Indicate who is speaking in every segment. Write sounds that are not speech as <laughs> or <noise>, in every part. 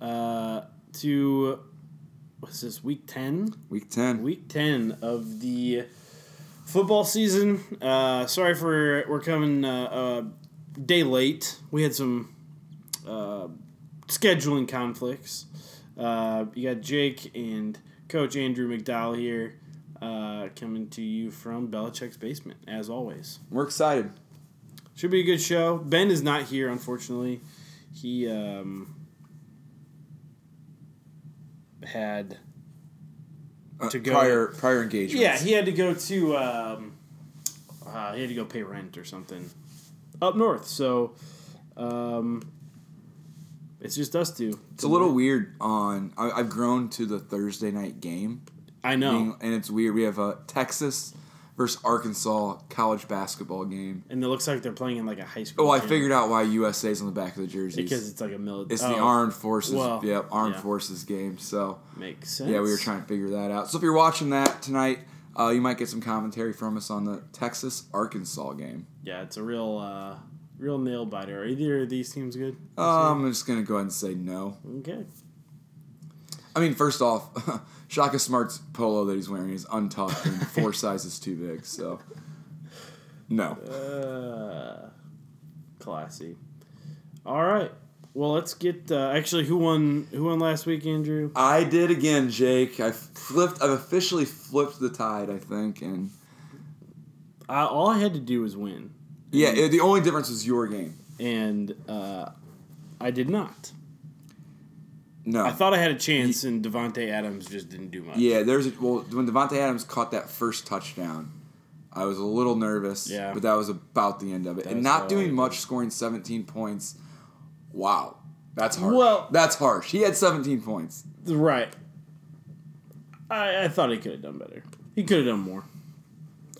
Speaker 1: uh, to what's this week ten?
Speaker 2: Week 10.
Speaker 1: Week ten of the football season. Uh, sorry for we're coming uh, a day late. We had some uh, scheduling conflicts. Uh, you got Jake and Coach Andrew McDowell here. Uh, coming to you from Belichick's basement, as always.
Speaker 2: We're excited.
Speaker 1: Should be a good show. Ben is not here, unfortunately. He um, had
Speaker 2: Uh,
Speaker 1: To go-
Speaker 2: prior prior engagements.
Speaker 1: yeah he had to go to um, uh, he had to go pay rent or something up north. So um, it's just us two.
Speaker 2: it's a little weird. On I, I've grown to the Thursday night game,
Speaker 1: I know,
Speaker 2: Being- and it's weird. We have a Texas versus Arkansas college basketball game.
Speaker 1: and it looks like they're playing in like a high school.
Speaker 2: Oh, I
Speaker 1: gym
Speaker 2: figured out why USA's on the back of the jerseys.
Speaker 1: because it's like a military. Oh,
Speaker 2: it's the armed forces.
Speaker 1: Well,
Speaker 2: yep, armed
Speaker 1: yeah.
Speaker 2: forces game. So
Speaker 1: Makes sense.
Speaker 2: yeah, we were trying to figure that out. So if you're watching that tonight, uh, you might get some commentary from us on the Texas Arkansas game.
Speaker 1: Yeah, it's a real, uh, real nail biter. Are either of these teams good?
Speaker 2: Um, I'm just gonna go ahead and say no.
Speaker 1: Okay.
Speaker 2: I mean, first off, <laughs> Shaka Smart's polo that he's wearing is untucked <laughs> and four sizes too big. So, no.
Speaker 1: Uh, classy. All right. Well, let's get. Uh, actually, who won? Who won last week, Andrew?
Speaker 2: I did again, Jake. I flipped. I've officially flipped the tide. I think, and
Speaker 1: I, all I had to do was win,
Speaker 2: yeah, it- the only difference was your game.
Speaker 1: and uh, I did not.
Speaker 2: No.
Speaker 1: I thought I had a chance, and Devonte Adams just didn't do much.
Speaker 2: yeah, there's a, well when Devonte Adams caught that first touchdown, I was a little nervous.
Speaker 1: Yeah.
Speaker 2: But that was about the end of it, and
Speaker 1: was
Speaker 2: not
Speaker 1: all
Speaker 2: doing
Speaker 1: I
Speaker 2: much, scoring 17 points. Wow, that's harsh.
Speaker 1: Well-
Speaker 2: that's harsh. He had 17 points.
Speaker 1: Right. I, I thought he could have done better. He could have done more.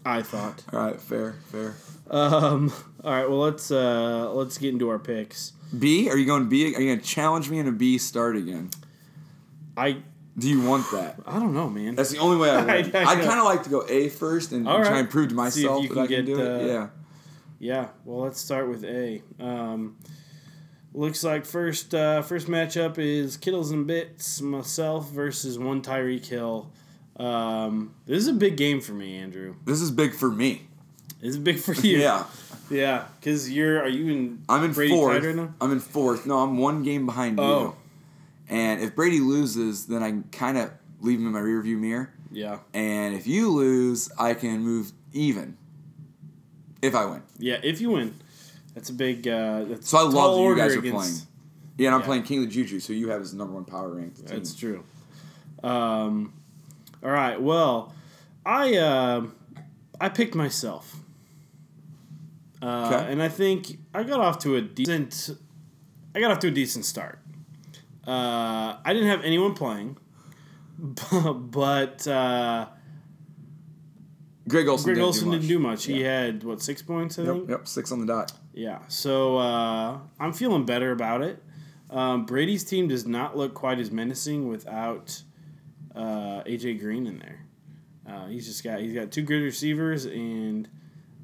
Speaker 1: I thought.
Speaker 2: All right, fair, fair.
Speaker 1: Um. All right. Well, let's uh let's get into our picks.
Speaker 2: B? Are you going B? Are you going to challenge me in a B start again?
Speaker 1: I
Speaker 2: Do you want that?
Speaker 1: I don't know, man.
Speaker 2: That's the only
Speaker 1: <laughs>
Speaker 2: way I would.
Speaker 1: I- I
Speaker 2: I'd
Speaker 1: know.
Speaker 2: kind of like to go A first and,
Speaker 1: All
Speaker 2: and try
Speaker 1: right.
Speaker 2: and prove
Speaker 1: See
Speaker 2: to
Speaker 1: if
Speaker 2: myself
Speaker 1: you
Speaker 2: that
Speaker 1: can
Speaker 2: I can
Speaker 1: get,
Speaker 2: do it.
Speaker 1: uh,
Speaker 2: yeah.
Speaker 1: Yeah, well, let's start with A. Um, looks like first uh, first matchup is Kittles and Bits myself versus one Tyreek Hill. Um, this is a big game for me, Andrew.
Speaker 2: This is big for me.
Speaker 1: This is big for you.
Speaker 2: Yeah.
Speaker 1: yeah, because you're are you in?
Speaker 2: I'm in
Speaker 1: Brady
Speaker 2: fourth.
Speaker 1: tied right now.
Speaker 2: I'm in fourth. No, I'm one game behind
Speaker 1: Oh.
Speaker 2: you. And if Brady loses, then I can kind of leave him in my rearview mirror.
Speaker 1: Yeah,
Speaker 2: And if you lose, I can move even. If I win.
Speaker 1: yeah. If you win, that's a big. Uh, that's
Speaker 2: So I
Speaker 1: a tall
Speaker 2: love that you
Speaker 1: order
Speaker 2: guys are
Speaker 1: against-
Speaker 2: playing. Yeah, and I'm
Speaker 1: Yeah.
Speaker 2: playing King of the Juju, so you have his number one power ranked. team.
Speaker 1: That's true. Um, all right. Well, I uh, I picked myself, uh,
Speaker 2: Okay.
Speaker 1: and I think I got off to a decent. I got off to a decent start. Uh, I didn't have anyone playing, <laughs> but uh,
Speaker 2: Greg Olson.
Speaker 1: Greg
Speaker 2: didn't do
Speaker 1: Olson didn't
Speaker 2: much.
Speaker 1: do much. He had what six points, I think.
Speaker 2: Yep, yep, six on the dot.
Speaker 1: Yeah, so uh, I'm feeling better about it. Um, Brady's team does not look quite as menacing without uh, AJ Green in there. Uh, he's just got he's got two good receivers and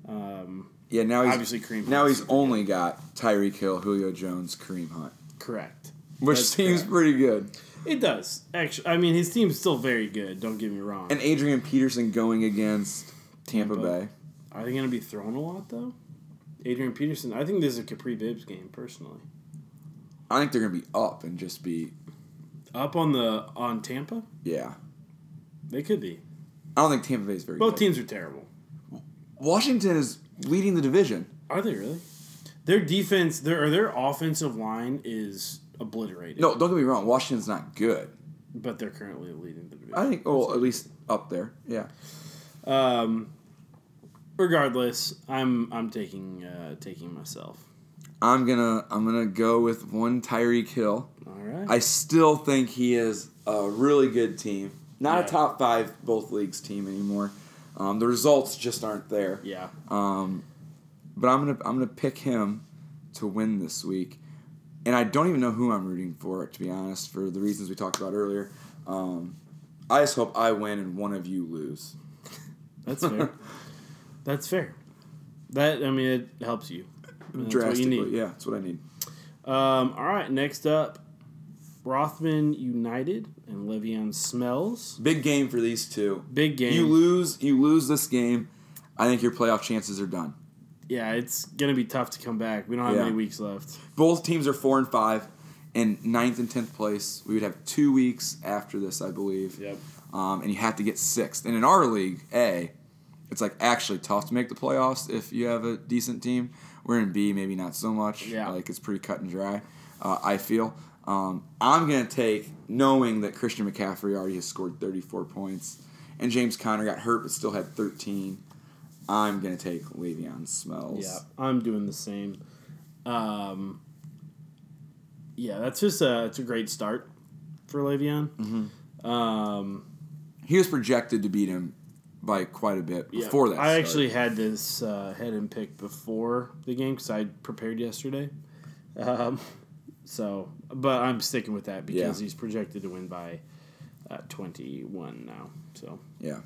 Speaker 1: um,
Speaker 2: Yeah, now he's
Speaker 1: Obviously Kareem Hunt's
Speaker 2: Now he's only got Tyreek Hill, Julio Jones, Kareem Hunt,
Speaker 1: correct.
Speaker 2: which
Speaker 1: That's
Speaker 2: seems
Speaker 1: correct.
Speaker 2: pretty good.
Speaker 1: It does actually. I mean, his team's still very good. Don't get me wrong.
Speaker 2: And Adrian Peterson going against Tampa,
Speaker 1: Tampa.
Speaker 2: Bay.
Speaker 1: Are they going to be throwing a lot though? Adrian Peterson. I think this is a Capri Bibbs game personally.
Speaker 2: I think they're gonna be up and just be
Speaker 1: Up on the on Tampa,
Speaker 2: yeah.
Speaker 1: they could be.
Speaker 2: I don't think Tampa Bay is very
Speaker 1: Both
Speaker 2: good.
Speaker 1: teams are terrible.
Speaker 2: Washington is leading the division.
Speaker 1: Are they really? Their defense, their or their offensive line is obliterated.
Speaker 2: No, don't get me wrong. Washington's not good.
Speaker 1: but they're currently leading the division.
Speaker 2: I think, well, at least up there. Yeah.
Speaker 1: Um, regardless, I'm I'm taking uh, taking myself.
Speaker 2: I'm gonna I'm gonna go with one Tyreek Hill.
Speaker 1: All right.
Speaker 2: I still think he is a really good team. Not
Speaker 1: Yeah.
Speaker 2: a top five both leagues team anymore. Um, the results just aren't there.
Speaker 1: yeah.
Speaker 2: Um, but I'm gonna I'm gonna pick him to win this week, and I don't even know who I'm rooting for to be honest, for the reasons we talked about earlier. Um, I just hope I win and one of you lose.
Speaker 1: That's
Speaker 2: <laughs>
Speaker 1: fair. That's fair. That I mean it helps you. That's what you
Speaker 2: Drastically,
Speaker 1: need.
Speaker 2: yeah, that's what I need.
Speaker 1: Um, all right, next up Rothman United and Le'Veon Smells.
Speaker 2: Big game for these two.
Speaker 1: Big game.
Speaker 2: You lose, you lose this game. I think your playoff chances are done.
Speaker 1: yeah, it's gonna be tough to come back. We don't have
Speaker 2: Yeah.
Speaker 1: many weeks left.
Speaker 2: Both teams are four and five, and ninth and tenth place. We would have two weeks after this, I believe.
Speaker 1: Yep.
Speaker 2: Um, and you have to get sixth. And in our league, A, it's like actually tough to make the playoffs if you have a decent team. We're in B, maybe not so much.
Speaker 1: Yeah.
Speaker 2: Like it's pretty cut and dry. Uh, I feel. Um, I'm gonna take knowing that Christian McCaffrey already has scored 34 points, and James Conner got hurt but still had 13. I'm gonna take Le'Veon Smells.
Speaker 1: Yeah, I'm doing the same. Um, yeah, that's just a it's a great start for Le'Veon.
Speaker 2: Mm-hmm.
Speaker 1: Um,
Speaker 2: He was projected to beat him by quite a bit
Speaker 1: yeah,
Speaker 2: before that.
Speaker 1: I
Speaker 2: start.
Speaker 1: actually had this uh, head and pick before the game because I prepared yesterday. Um, so, but I'm sticking with that because
Speaker 2: Yeah.
Speaker 1: he's projected to win by uh, 21 now. So.
Speaker 2: yeah.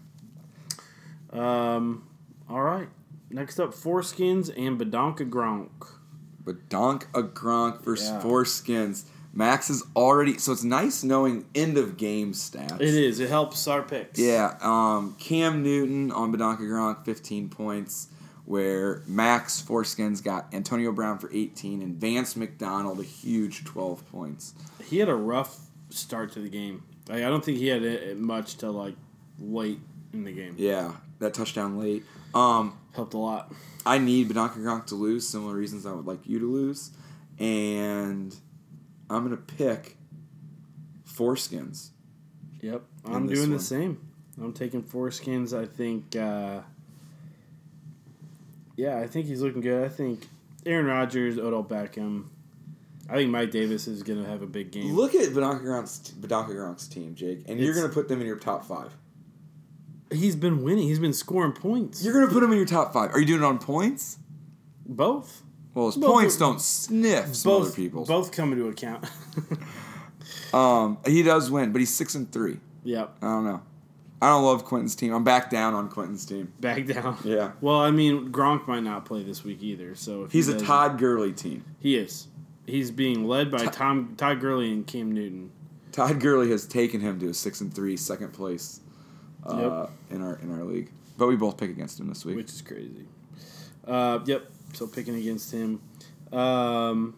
Speaker 1: Um, all right. Next up, foreskins and Badonka Gronk.
Speaker 2: But Donk a Gronk versus
Speaker 1: Yeah.
Speaker 2: four skins. Max is already so it's nice knowing end of game stats.
Speaker 1: It is. It helps our picks.
Speaker 2: Yeah, um, Cam Newton on Badonka Gronk, 15 points, where Max Foreskins got Antonio Brown for 18 and Vance McDonald a huge 12 points.
Speaker 1: He had a rough start to the game. Like, I don't think he had it it much till like late in the game.
Speaker 2: Yeah, that touchdown late. Um,
Speaker 1: Helped a lot.
Speaker 2: I need Badonka Gronk to lose, similar reasons I would like you to lose. And I'm going to pick Foreskins.
Speaker 1: Yep. I'm
Speaker 2: this
Speaker 1: doing the
Speaker 2: one.
Speaker 1: same. I'm taking foreskins. I think. Uh, yeah, I think he's looking good. I think Aaron Rodgers, Odell Beckham. I think Mike Davis is gonna have a big game.
Speaker 2: Look at Badonka Gronk's, Badonka Gronk's team, Jake, and you're
Speaker 1: It's-
Speaker 2: going to put them in your top five.
Speaker 1: He's been winning. He's been scoring points.
Speaker 2: You're going to put them in your top five. Are you doing it on points?
Speaker 1: both.
Speaker 2: Well, his
Speaker 1: Well,
Speaker 2: points
Speaker 1: but-
Speaker 2: don't sniff some other
Speaker 1: both
Speaker 2: people's.
Speaker 1: both come into account. <laughs>
Speaker 2: Um, he does win, but he's six and three.
Speaker 1: yep,
Speaker 2: I don't know. I don't love Quentin's team. I'm back down on Quentin's team.
Speaker 1: back down.
Speaker 2: Yeah.
Speaker 1: Well, I mean, Gronk might not play this week either. So if he
Speaker 2: He's a
Speaker 1: doesn't-
Speaker 2: Todd Gurley team.
Speaker 1: He is. He's being led by Tom Todd Gurley and Cam Newton.
Speaker 2: Todd Gurley has taken him to a six and three, second place uh, in our in our league. But we both pick against him this week.
Speaker 1: which is crazy. Uh, yep. So picking against him. Um,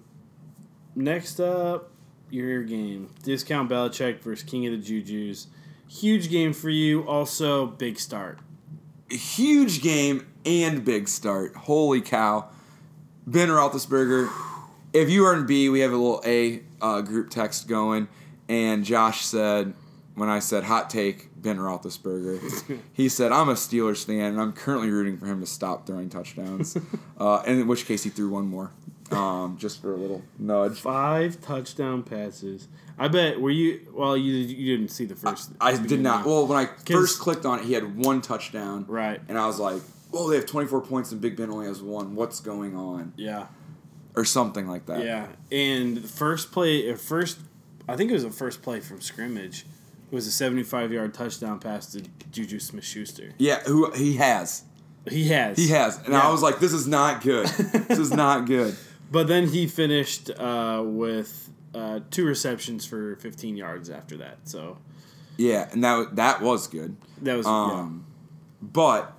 Speaker 1: next up, your game discount Belichick versus King of the Juju's. Huge game for you. Also, big start.
Speaker 2: huge game and big start. Holy cow. Ben Roethlisberger. If you are in B, we have a little A uh, group text going. And Josh said, when I said hot take, Ben Roethlisberger, he said, I'm a Steelers fan and I'm currently rooting for him to stop throwing touchdowns. uh, and in which case, he threw one more um, just for a little nudge.
Speaker 1: Five touchdown passes. I bet. Were you? Well, you you didn't see the first.
Speaker 2: I did not. Well, when I
Speaker 1: 'Cause-
Speaker 2: first clicked on it, he had one touchdown.
Speaker 1: Right.
Speaker 2: And I was like, oh, they have 24 points and Big Ben only has one. What's going on?
Speaker 1: Yeah.
Speaker 2: or something like that.
Speaker 1: Yeah, and the first play, uh, first, I think it was the first play from scrimmage, was a seventy-five yard touchdown pass to Juju Smith-Schuster.
Speaker 2: Yeah, who he has.
Speaker 1: He has,
Speaker 2: He has. And
Speaker 1: Yeah.
Speaker 2: I was like, this is not good. this is
Speaker 1: <laughs>
Speaker 2: not good.
Speaker 1: but then he finished uh, with uh, two receptions for fifteen yards after that. So
Speaker 2: Yeah, and that wa- that was good.
Speaker 1: that was
Speaker 2: Um but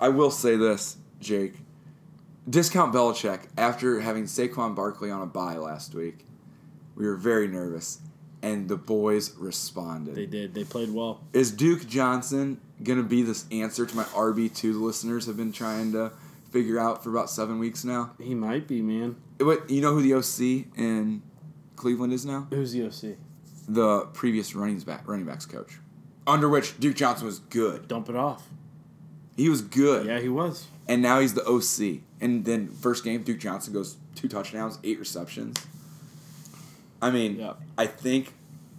Speaker 2: I will say this, Jake. Discount Belichick after having Saquon Barkley on a bye last week. We were very nervous and the boys responded.
Speaker 1: yeah, they did. They played well.
Speaker 2: is Duke Johnson gonna be this answer to my RB two the listeners have been trying to figure out for about seven weeks now?
Speaker 1: He might be man.
Speaker 2: What you know who the OC in Cleveland is now?
Speaker 1: Who's the OC?
Speaker 2: The previous running back running backs coach, under which Duke Johnson was good.
Speaker 1: Dump it off.
Speaker 2: He was good,
Speaker 1: Yeah, he was.
Speaker 2: and now he's the OC. And then first game, Duke Johnson goes two touchdowns, eight receptions. I mean,
Speaker 1: Yeah.
Speaker 2: I think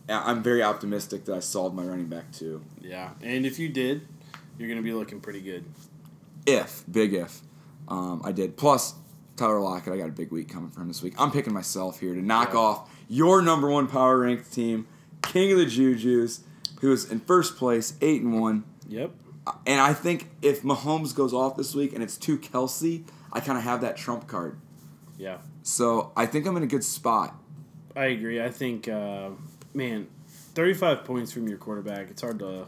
Speaker 2: I- I'm very optimistic that I solved my running back too.
Speaker 1: Yeah, and if you did, you're gonna be looking pretty good.
Speaker 2: If big if, um, I did. Plus Tyler Lockett, I got a big week coming from this week. I'm picking myself here to knock
Speaker 1: Yeah.
Speaker 2: off your number one power ranked team, King of the Juju's, who is in first place, eight and one.
Speaker 1: Yep.
Speaker 2: And I think if Mahomes goes off this week and it's to Kelsey, I kind of have that trump card.
Speaker 1: Yeah.
Speaker 2: So I think I'm in a good spot.
Speaker 1: I agree. I think, uh, man, 35 points from your quarterback, it's hard to.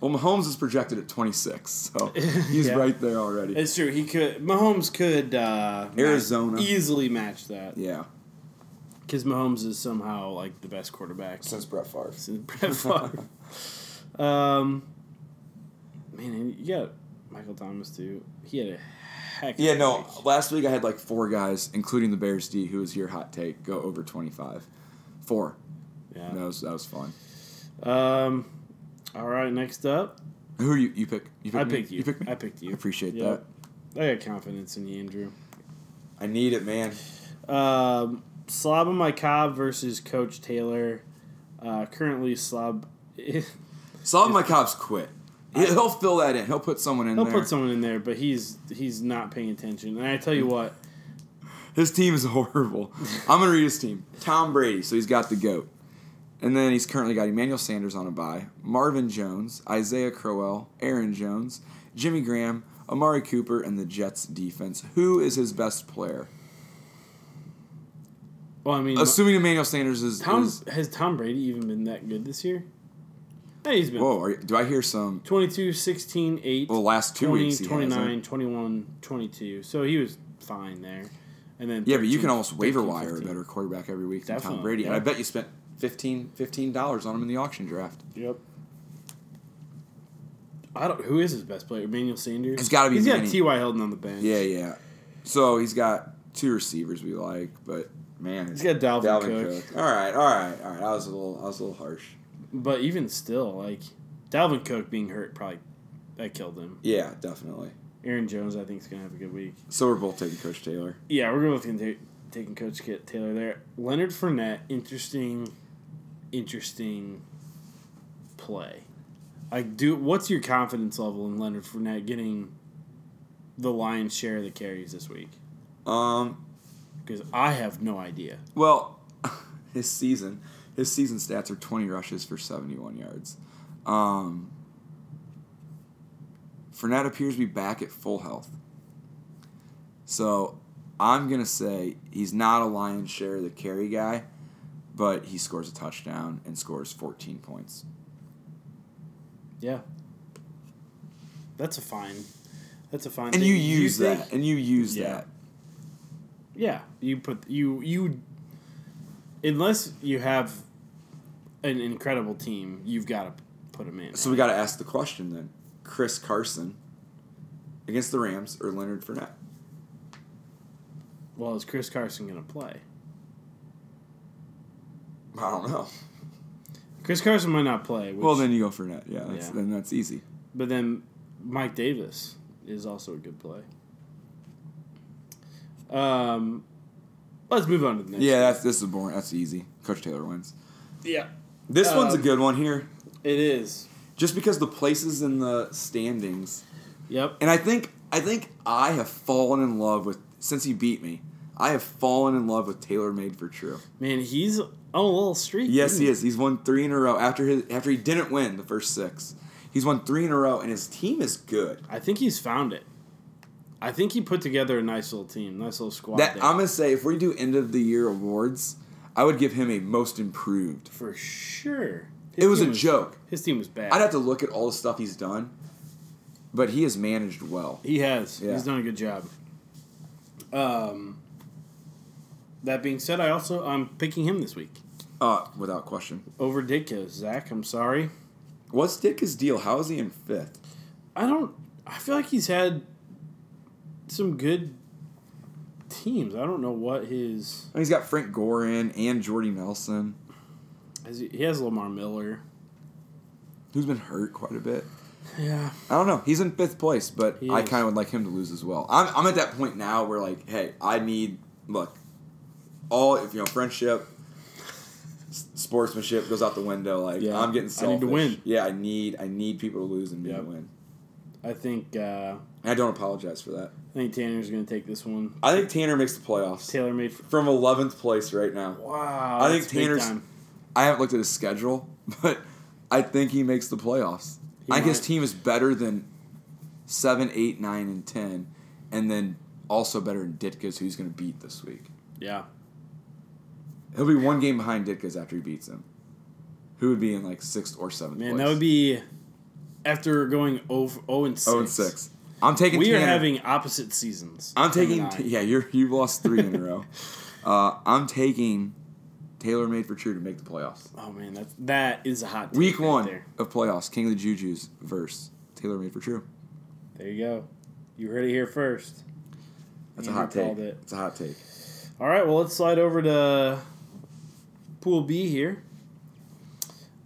Speaker 2: Well, Mahomes is projected at 26,
Speaker 1: <laughs>
Speaker 2: so he's
Speaker 1: Yeah.
Speaker 2: right there already.
Speaker 1: It's true. He could. Mahomes could. Uh, match-
Speaker 2: Arizona.
Speaker 1: easily match that.
Speaker 2: yeah,
Speaker 1: Because Mahomes is somehow, like, the best quarterback <laughs>
Speaker 2: since Brett Favre.
Speaker 1: since Brett
Speaker 2: <laughs>
Speaker 1: Favre. um, man, and you got Michael Thomas, too. He had a heck of
Speaker 2: Yeah,
Speaker 1: a
Speaker 2: no.
Speaker 1: week.
Speaker 2: Last week I had like four guys, including the Bears D, who was your hot take, go over 25. Four.
Speaker 1: Yeah.
Speaker 2: That was that was fun.
Speaker 1: Um, all right, next up,
Speaker 2: Who are you? You pick. You pick
Speaker 1: I
Speaker 2: me?
Speaker 1: picked you.
Speaker 2: You pick me.
Speaker 1: I picked you.
Speaker 2: I appreciate
Speaker 1: Yep. I got confidence in you, Andrew.
Speaker 2: that. I need it, man.
Speaker 1: Um, Slob and my Cobb versus Coach Taylor. Uh, currently, Slob. eh, He'll
Speaker 2: Solve my cops quit. He- He'll fill that in. He'll put someone in there.
Speaker 1: put someone in there, but he's he's not paying attention. And I tell you what,
Speaker 2: His team is <laughs> horrible. I'm gonna read his team. Tom Brady, so he's got the goat, and then he's currently got Emmanuel Sanders on a bye, Marvin Jones, Isaiah Crowell, Aaron Jones, Jimmy Graham, Amari Cooper, and the Jets defense. Who is his best player?
Speaker 1: well, I mean,
Speaker 2: Assuming Emmanuel Sanders is.
Speaker 1: Tom
Speaker 2: is-
Speaker 1: has Tom Brady even been that good this year? Hey, he's been
Speaker 2: whoa, are, you- do I hear some?
Speaker 1: 22, 16, 8,
Speaker 2: Well, last two
Speaker 1: 20,
Speaker 2: weeks he hasn't.
Speaker 1: 29, 21, 22. So he was fine there. And then
Speaker 2: Yeah, but you
Speaker 1: 13,
Speaker 2: can almost waiver
Speaker 1: 13,
Speaker 2: wire a
Speaker 1: 15.
Speaker 2: better quarterback every week than Tom
Speaker 1: Definitely,
Speaker 2: Brady, and
Speaker 1: yeah.
Speaker 2: I bet you spent 15 dollars on him in the auction draft.
Speaker 1: Yep. I don't. Who is his best player? Emmanuel Sanders.
Speaker 2: It's gotta be
Speaker 1: He's
Speaker 2: Manny.
Speaker 1: got T. Y. Hilton on the bench.
Speaker 2: Yeah, yeah. So he's got two receivers we like, but man,
Speaker 1: He's got Dalvin, Cook.
Speaker 2: All right, all right, all right. I was a little, I was a little harsh.
Speaker 1: But even still, like Dalvin Cook being hurt probably that killed him.
Speaker 2: Yeah, definitely.
Speaker 1: Aaron Jones, I think, is gonna have a good week.
Speaker 2: So we're both taking Coach Taylor.
Speaker 1: Yeah, we're both gonna take taking Coach Kit Taylor there. Leonard Fournette, interesting, interesting play. Like, do what's your confidence level in Leonard Fournette getting the lion's share of the carries this week?
Speaker 2: Um,
Speaker 1: Because I have no idea.
Speaker 2: well, <laughs> his season, his season stats are twenty rushes for seventy-one yards. Um, Fournette appears to be back at full health. So I'm gonna say he's not a lion's share of the carry guy, but he scores a touchdown and scores 14 points.
Speaker 1: Yeah. That's a fine. That's a fine.
Speaker 2: And
Speaker 1: thing.
Speaker 2: you use
Speaker 1: think-
Speaker 2: that. And you use
Speaker 1: Yeah.
Speaker 2: that.
Speaker 1: Yeah, you put you you. Unless you have an incredible team, you've got to put them in.
Speaker 2: So we got to ask the question then: Chris Carson against the Rams or Leonard Fournette?
Speaker 1: well, is Chris Carson going to play?
Speaker 2: I don't know.
Speaker 1: Chris Carson might not play. Which,
Speaker 2: Well, then you go Fournette. Yeah, that's,
Speaker 1: Yeah.
Speaker 2: then that's easy.
Speaker 1: but then Mike Davis is also a good play. Um, let's move on to the next.
Speaker 2: Yeah, that's this is boring. That's easy. Coach Taylor wins.
Speaker 1: yeah,
Speaker 2: This one's a
Speaker 1: Um,
Speaker 2: good one here,
Speaker 1: it is.
Speaker 2: just because the places in the standings,
Speaker 1: Yep.
Speaker 2: and I think I think I have fallen in love with since he beat me. I have fallen in love with Taylor Made for True.
Speaker 1: Man, he's on a little streak.
Speaker 2: Yes,
Speaker 1: isn't
Speaker 2: he is. He's won three in a row after his after he didn't win the first six. He's won three in a row, and his team is good.
Speaker 1: I think he's found it. I think he put together a nice little team, nice little squad.
Speaker 2: That
Speaker 1: there.
Speaker 2: I'm gonna say, if we do end of the year awards, I would give him a most improved.
Speaker 1: for sure.
Speaker 2: It was a
Speaker 1: team
Speaker 2: joke.
Speaker 1: His team was bad.
Speaker 2: I'd have to look at all the stuff he's done, but he has managed well.
Speaker 1: he has.
Speaker 2: Yeah.
Speaker 1: He's done a good job. Um. That being said, I also I'm picking him this week
Speaker 2: Uh, without question.
Speaker 1: over Ditko. Zach, I'm sorry.
Speaker 2: What's Dick's deal? How is he in fifth?
Speaker 1: I don't. I feel like he's had some good teams. I don't know what his
Speaker 2: I mean, he's got Frank Gorin and Jordy Nelson,
Speaker 1: has he, he has Lamar Miller.
Speaker 2: who's been hurt quite a bit.
Speaker 1: Yeah.
Speaker 2: I don't know. He's in fifth place, but
Speaker 1: He
Speaker 2: I
Speaker 1: is.
Speaker 2: kind of would like him to lose as well. I'm, I'm at that point now where like, hey, I need look, all if you know friendship, s- sportsmanship goes out the window. Like
Speaker 1: Yeah.
Speaker 2: I'm getting
Speaker 1: I need
Speaker 2: selfish.
Speaker 1: to win.
Speaker 2: Yeah, I need I need people to lose and me to
Speaker 1: Yep.
Speaker 2: win.
Speaker 1: I think uh,
Speaker 2: And I don't apologize for that.
Speaker 1: I think Tanner's going to take this one.
Speaker 2: I think Tanner makes the playoffs
Speaker 1: Taylor made.
Speaker 2: from 11th place right now.
Speaker 1: Wow.
Speaker 2: I think
Speaker 1: that's big
Speaker 2: Tanner's-
Speaker 1: time.
Speaker 2: I haven't looked at his schedule, <laughs> but I think he makes the playoffs.
Speaker 1: He
Speaker 2: I think his
Speaker 1: might.
Speaker 2: team is better than seven, eight, nine, and ten, and then also better than Ditka's, who's going to beat this week.
Speaker 1: Yeah.
Speaker 2: He'll be one game behind Ditka's after he beats him. Who would be in like sixth or seventh?
Speaker 1: Man,
Speaker 2: place.
Speaker 1: that would be after going 0, f- 0 and 6.
Speaker 2: zero Oh, and six. I'm taking.
Speaker 1: We are
Speaker 2: Tanner.
Speaker 1: having opposite seasons.
Speaker 2: I'm
Speaker 1: Him
Speaker 2: taking.
Speaker 1: and I.
Speaker 2: yeah, you're you've lost three in
Speaker 1: <laughs>
Speaker 2: a row. Uh, I'm taking Taylor made for true to make the playoffs.
Speaker 1: Oh man, that that is a hot take
Speaker 2: Week
Speaker 1: right
Speaker 2: one
Speaker 1: There.
Speaker 2: of playoffs, King of the Juju's verse Taylor made for true.
Speaker 1: There you go. You heard it here first.
Speaker 2: That's
Speaker 1: Andrew
Speaker 2: a hot take.
Speaker 1: called it.
Speaker 2: It's a hot take.
Speaker 1: All right, well, let's slide over to Pool B here.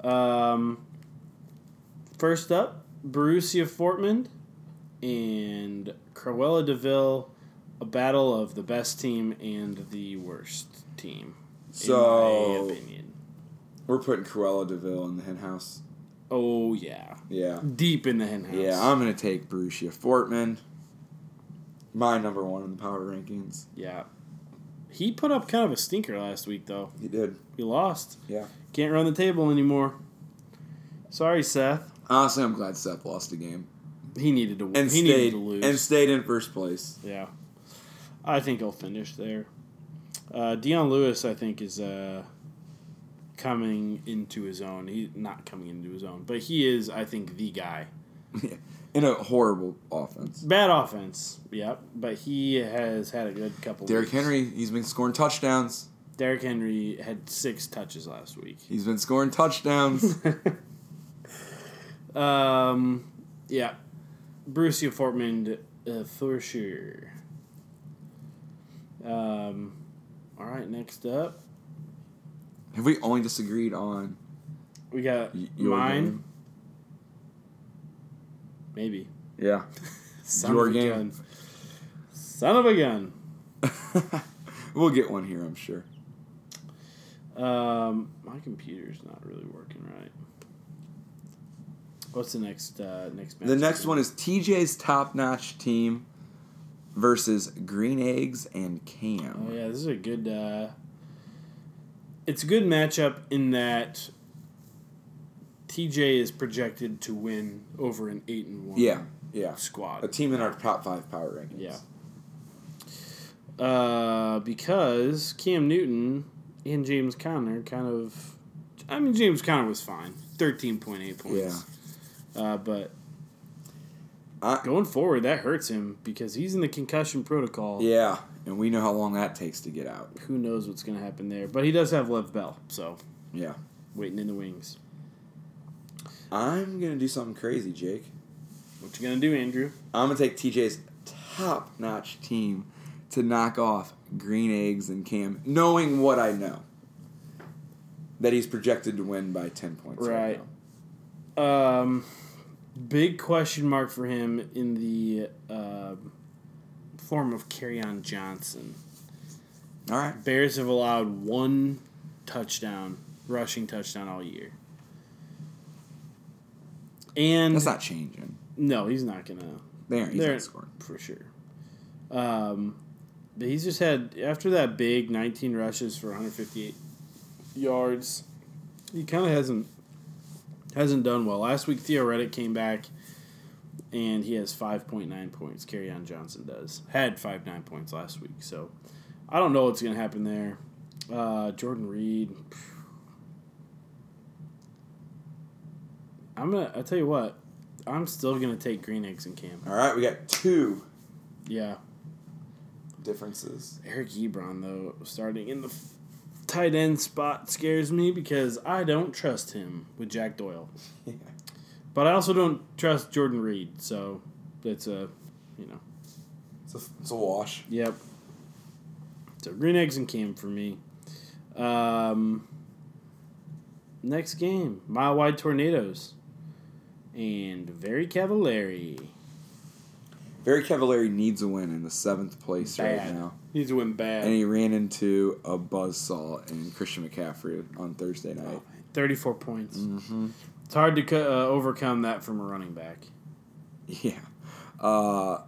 Speaker 1: Um, first up, Borussia Fortmund and Cruella Deville, a battle of the best team and the worst team. in
Speaker 2: So-
Speaker 1: my opinion.
Speaker 2: We're putting Cruella Deville in the hen house.
Speaker 1: Oh yeah,
Speaker 2: Yeah.
Speaker 1: deep in the hen house.
Speaker 2: Yeah, I'm gonna take Borussia Fortman. My number one in the power rankings.
Speaker 1: yeah. He put up kind of a stinker last week though.
Speaker 2: He did.
Speaker 1: He lost.
Speaker 2: Yeah.
Speaker 1: Can't run the table anymore. Sorry, Seth.
Speaker 2: Honestly, I'm glad Seth lost the game
Speaker 1: He needed to.
Speaker 2: and
Speaker 1: he needed
Speaker 2: stayed
Speaker 1: to lose.
Speaker 2: and stayed in first place. <laughs>
Speaker 1: yeah, I think he'll finish there. Uh, Dion Lewis, I think, is uh, coming into his own. He's not coming into his own, but he is, I think, the guy.
Speaker 2: in a horrible offense.
Speaker 1: Bad offense, yep, but he has had a good couple.
Speaker 2: Derrick
Speaker 1: weeks.
Speaker 2: Henry, he's been scoring touchdowns.
Speaker 1: Derrick Henry had six touches last
Speaker 2: <laughs>
Speaker 1: week.
Speaker 2: He's been
Speaker 1: <laughs>
Speaker 2: scoring touchdowns.
Speaker 1: Um, yeah, Brucey Fortman uh, for sure. Um, all right, next up.
Speaker 2: Have we only disagreed on
Speaker 1: We got
Speaker 2: y- your
Speaker 1: mine,
Speaker 2: game?
Speaker 1: maybe.
Speaker 2: Yeah. <laughs>
Speaker 1: Son
Speaker 2: Your
Speaker 1: of a
Speaker 2: game.
Speaker 1: gun. Son of a gun.
Speaker 2: we'll get one here, I'm sure.
Speaker 1: Um, my computer's not really working right. What's the next uh, next match?
Speaker 2: The next one is TJ's top notch team versus Green Eggs and Cam.
Speaker 1: Oh yeah, this is a good. Uh, it's a good matchup in that TJ is projected to win over an eight and one.
Speaker 2: Yeah, yeah.
Speaker 1: squad.
Speaker 2: A team in our top five power rankings.
Speaker 1: Yeah. Uh, because Cam Newton and James Conner kind of. I mean, James Conner was fine. 13.8 points. Uh, but
Speaker 2: I,
Speaker 1: going forward, that hurts him because he's in the concussion protocol.
Speaker 2: yeah, and we know how long that takes to get out.
Speaker 1: Who knows what's going to happen there? But he does have Lev Bell, so
Speaker 2: Yeah.
Speaker 1: waiting in the wings.
Speaker 2: I'm going to do something crazy, Jake.
Speaker 1: What you going to do, Andrew?
Speaker 2: I'm going to take TJ's top notch team to knock off Green Eggs and Cam, knowing what I know. That he's projected to win by 10 points.
Speaker 1: Right.
Speaker 2: now.
Speaker 1: Um, big question mark for him in the um form of on Johnson.
Speaker 2: All right.
Speaker 1: Bears have allowed one touchdown, rushing touchdown all year. And
Speaker 2: That's not changing.
Speaker 1: no, he's not gonna
Speaker 2: They aren't, he's
Speaker 1: They're-
Speaker 2: not scoring.
Speaker 1: for sure. Um, but he's just had after that big 19 rushes for 158 yards. He kind of hasn't hasn't done well. Last week, Theo Reddick came back, and he has 5.9 points. Carry on Johnson does had 5.9 points last week. So I don't know what's gonna happen there. Uh, Jordan Reed. I'm gonna. I tell you what. I'm still gonna take Green Eggs and Cam.
Speaker 2: All right, we got two
Speaker 1: Yeah.
Speaker 2: differences.
Speaker 1: Eric Ebron, though, starting in the f- tight end spot scares me because I don't trust him with Jack Doyle.
Speaker 2: Yeah.
Speaker 1: But I also don't trust Jordan Reed, so that's a, you know,
Speaker 2: It's a, it's a wash.
Speaker 1: yep. So green eggs and cam for me. Um, next game, mile wide tornadoes, and very Cavallari
Speaker 2: Barry Cavallari needs a win in the seventh place right
Speaker 1: Bad.
Speaker 2: now.
Speaker 1: needs to win bad.
Speaker 2: And he ran into a buzzsaw in Christian McCaffrey on Thursday night.
Speaker 1: 34 points.
Speaker 2: Mm-hmm.
Speaker 1: It's hard to co- uh, overcome that from a running back.
Speaker 2: Yeah. Uh,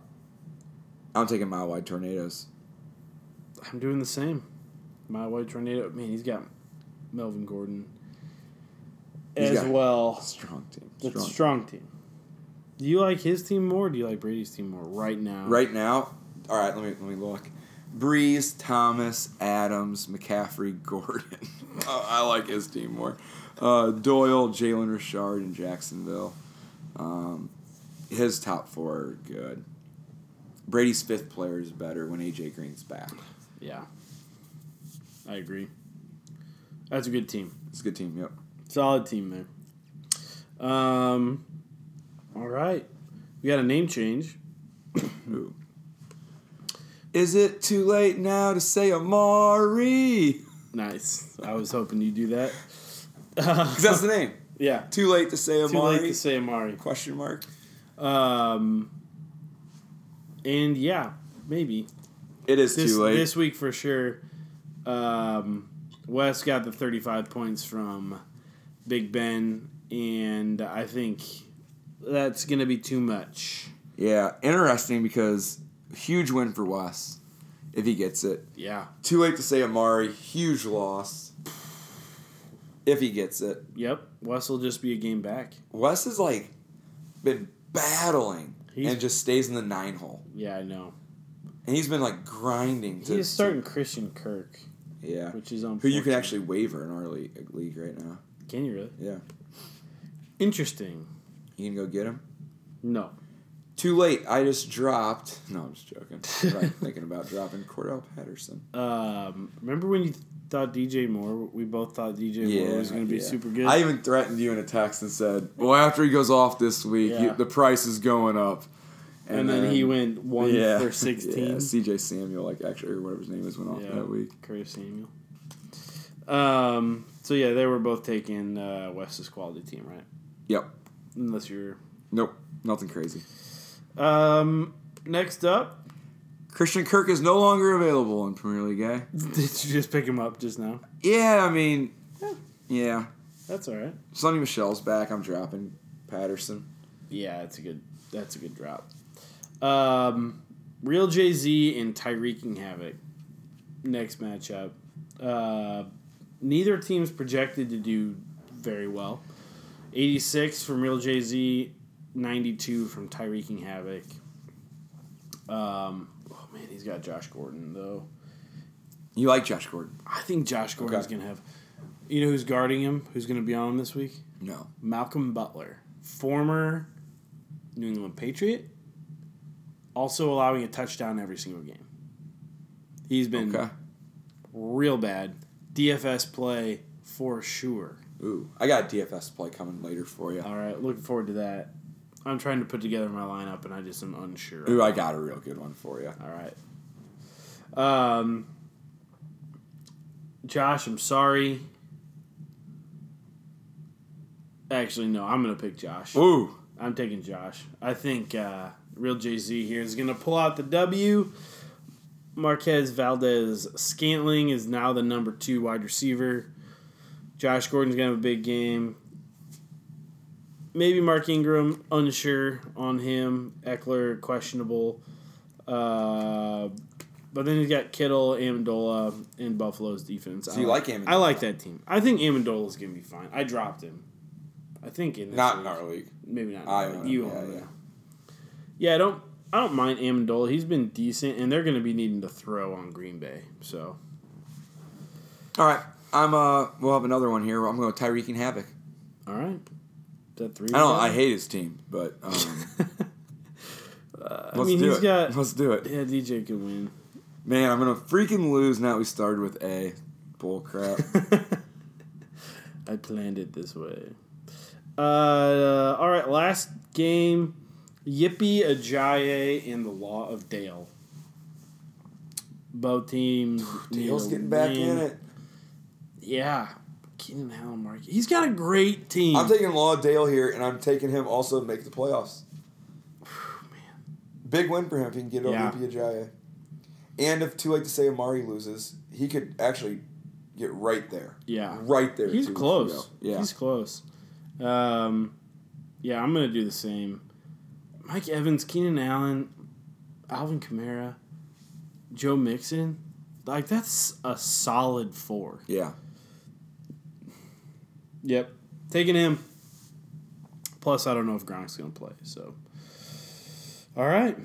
Speaker 2: I'm taking mile wide tornadoes.
Speaker 1: I'm doing the same. My white tornado. Man, he's got Melvin Gordon
Speaker 2: He's
Speaker 1: as
Speaker 2: got-
Speaker 1: well.
Speaker 2: Strong team.
Speaker 1: It's a
Speaker 2: Strong.
Speaker 1: strong team. Do you like his team more? Or do you like Brady's team more right now?
Speaker 2: Right now, all right. Let me let me look. Breeze, Thomas, Adams, McCaffrey, <laughs> Gordon. Uh, I like his team more. Uh, Doyle, Jalen Richard, and Jacksonville. Um, his top four are good. Brady's fifth player is better when AJ Green's back.
Speaker 1: Yeah. I agree. That's a good team.
Speaker 2: It's a good team. Yep.
Speaker 1: Solid team there. Um, all right. We got a name change. Mm-hmm.
Speaker 2: Ooh. Is it too late now to say Amari? <laughs>
Speaker 1: Nice. I was hoping you'd do that. <laughs>
Speaker 2: 'Cause that's the name.
Speaker 1: yeah.
Speaker 2: Too late to say
Speaker 1: Too
Speaker 2: Amari?
Speaker 1: late to say Amari.
Speaker 2: Question mark.
Speaker 1: Um, and yeah, maybe
Speaker 2: It is
Speaker 1: this
Speaker 2: too late.
Speaker 1: this week for sure. Um, Wes got the 35 points from Big Ben, and I think that's gonna be too much.
Speaker 2: Yeah, interesting because huge win for Wes if he gets it.
Speaker 1: Yeah.
Speaker 2: Too late to say Amari, huge loss if he gets it.
Speaker 1: Yep. Wes will just be a game back.
Speaker 2: Wes has like been battling
Speaker 1: He's-
Speaker 2: and just stays in the nine hole,
Speaker 1: Yeah, I know.
Speaker 2: and he's been like grinding to
Speaker 1: He's starting Christian Kirk,
Speaker 2: Yeah,
Speaker 1: which is on.
Speaker 2: who you can actually waiver in our league, league right now.
Speaker 1: Can you really?
Speaker 2: Yeah,
Speaker 1: Interesting.
Speaker 2: you can go get him.
Speaker 1: No.
Speaker 2: Too late. I just dropped. No, I'm just
Speaker 1: <laughs>
Speaker 2: joking. Right, thinking about dropping Cordell Patterson.
Speaker 1: Um, remember when you thought DJ Moore? We both thought DJ Moore was going to be
Speaker 2: yeah.
Speaker 1: super good.
Speaker 2: I even threatened you in a text and said, "Well, after he goes off this week, he-
Speaker 1: Yeah.
Speaker 2: the price is going up."
Speaker 1: and, then, he went one for sixteen.
Speaker 2: <laughs> Yeah, C.J. Samuel, like actually, or whatever his name is, went off
Speaker 1: Yeah.
Speaker 2: that week.
Speaker 1: Curtis Samuel. Um. So yeah, they were both taking uh, West's quality team, right?
Speaker 2: Yep.
Speaker 1: Unless you're.
Speaker 2: Nope. Nothing crazy.
Speaker 1: Um. Next up, <laughs>
Speaker 2: Christian Kirk is no longer available in Premier League. Eh?
Speaker 1: did you just pick him up just now?
Speaker 2: Yeah, I mean, yeah.
Speaker 1: That's all right.
Speaker 2: Sonny Michelle's back. I'm dropping Patterson.
Speaker 1: Yeah, that's a good. That's a good drop. Um, Real Jay Z and Tyreeking Havoc. Next matchup. Uh, neither team's projected to do very well. Eighty six from Real Jay Z, ninety two from Tyreeking Havoc. Um, oh man, he's got Josh Gordon though.
Speaker 2: You like Josh Gordon?
Speaker 1: I think Josh Gordon's
Speaker 2: Okay.
Speaker 1: gonna have. You know who's guarding him? Who's gonna be on him this week?
Speaker 2: No.
Speaker 1: Malcolm Butler, former New England Patriot, also allowing a touchdown every single game. He's been
Speaker 2: Okay.
Speaker 1: real bad. DFS play for sure.
Speaker 2: Ooh, I got a DFS play coming later for you.
Speaker 1: All right, looking forward to that. I'm trying to put together my lineup and I just am unsure.
Speaker 2: Ooh, I got a real good one for you.
Speaker 1: All right. Um, Josh, I'm sorry. Actually, no, I'm going to pick Josh.
Speaker 2: Ooh.
Speaker 1: I'm taking Josh. I think uh, real Jay Z here is going to pull out the W. Marquez Valdez Scantling is now the number two wide receiver. Josh Gordon's going to have a big game. Maybe Mark Ingram, unsure on him. Eckler, questionable. Uh, but then he's got Kittle, Amendola, and Buffalo's defense.
Speaker 2: So you like Amendola?
Speaker 1: I like that team. I think Amendola's going to be fine. I dropped him. I think in this
Speaker 2: Not
Speaker 1: league.
Speaker 2: in our league.
Speaker 1: Maybe not.
Speaker 2: I
Speaker 1: but
Speaker 2: own him,
Speaker 1: you
Speaker 2: yeah,
Speaker 1: own him.
Speaker 2: yeah.
Speaker 1: Yeah, I don't. I don't mind Amendola. He's been decent, and they're going to be needing to throw on Green Bay. So
Speaker 2: All right. I'm uh we'll have another one here. I'm going with Tyreek and Havoc.
Speaker 1: all right, is that three?
Speaker 2: I don't
Speaker 1: <laughs>
Speaker 2: I hate his team, but um Let's
Speaker 1: Uh, mean,
Speaker 2: do
Speaker 1: he's
Speaker 2: it. <laughs>
Speaker 1: got-
Speaker 2: Let's do it.
Speaker 1: yeah, DJ could
Speaker 2: <laughs>
Speaker 1: win.
Speaker 2: Man, I'm gonna freaking lose now that we started with A.
Speaker 1: <laughs>
Speaker 2: Bull crap.
Speaker 1: I planned it this way. Uh, all right, last game. Yippee Ajayi and the Law of Dale. Both teams. need
Speaker 2: Dale's
Speaker 1: a
Speaker 2: getting back in
Speaker 1: win.
Speaker 2: it.
Speaker 1: Yeah. Keenan Allen, Mark. He's got a great team.
Speaker 2: I'm taking Law Dale here and I'm taking him also to make the playoffs. Big win for him if he can get over
Speaker 1: Yeah.
Speaker 2: Lupi Ajayi. And if too late to say Amari loses, he could actually get right there.
Speaker 1: yeah.
Speaker 2: Right there.
Speaker 1: He's
Speaker 2: two weeks
Speaker 1: close.
Speaker 2: ago. Yeah.
Speaker 1: He's close. Um, yeah, I'm going to do the same. Mike Evans, Keenan Allen, Alvin Kamara, Joe Mixon. Like, that's a solid four.
Speaker 2: yeah.
Speaker 1: Yep. Taking him. Plus, I don't know if Gronk's going to play. So, all right.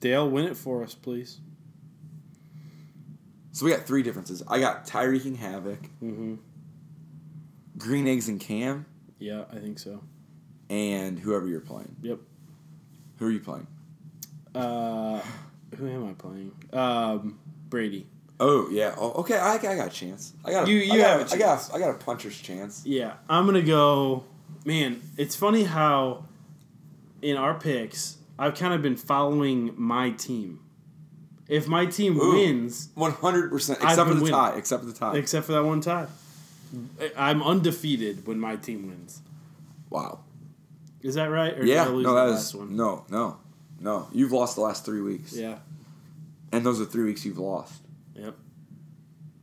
Speaker 1: Dale, win it for us, please.
Speaker 2: So we got three differences. I got Tyreek and Havoc,
Speaker 1: Mm-hmm.
Speaker 2: Green Eggs and Cam,
Speaker 1: Yeah, I think so.
Speaker 2: and whoever you're playing.
Speaker 1: Yep.
Speaker 2: Who are you playing?
Speaker 1: Uh, who am I playing? Um, Brady.
Speaker 2: Oh yeah. Oh, okay. I, I got a chance. I got. A,
Speaker 1: You-
Speaker 2: I
Speaker 1: you
Speaker 2: got,
Speaker 1: have a
Speaker 2: I got. I got a puncher's chance.
Speaker 1: Yeah, I'm gonna go. Man, it's funny how in our picks I've kind of been following my team. If my team
Speaker 2: Ooh.
Speaker 1: wins,
Speaker 2: One hundred percent.
Speaker 1: I've
Speaker 2: Except for
Speaker 1: been
Speaker 2: the
Speaker 1: winning.
Speaker 2: tie. Except for the tie.
Speaker 1: except for that one tie, I- I'm undefeated when my team wins.
Speaker 2: wow.
Speaker 1: Is that right? Or did
Speaker 2: Yeah.
Speaker 1: I lose
Speaker 2: No,
Speaker 1: the
Speaker 2: that
Speaker 1: last
Speaker 2: is
Speaker 1: one?
Speaker 2: no, no, no. You've lost the last three weeks.
Speaker 1: Yeah.
Speaker 2: And those are three weeks you've lost.
Speaker 1: Yep.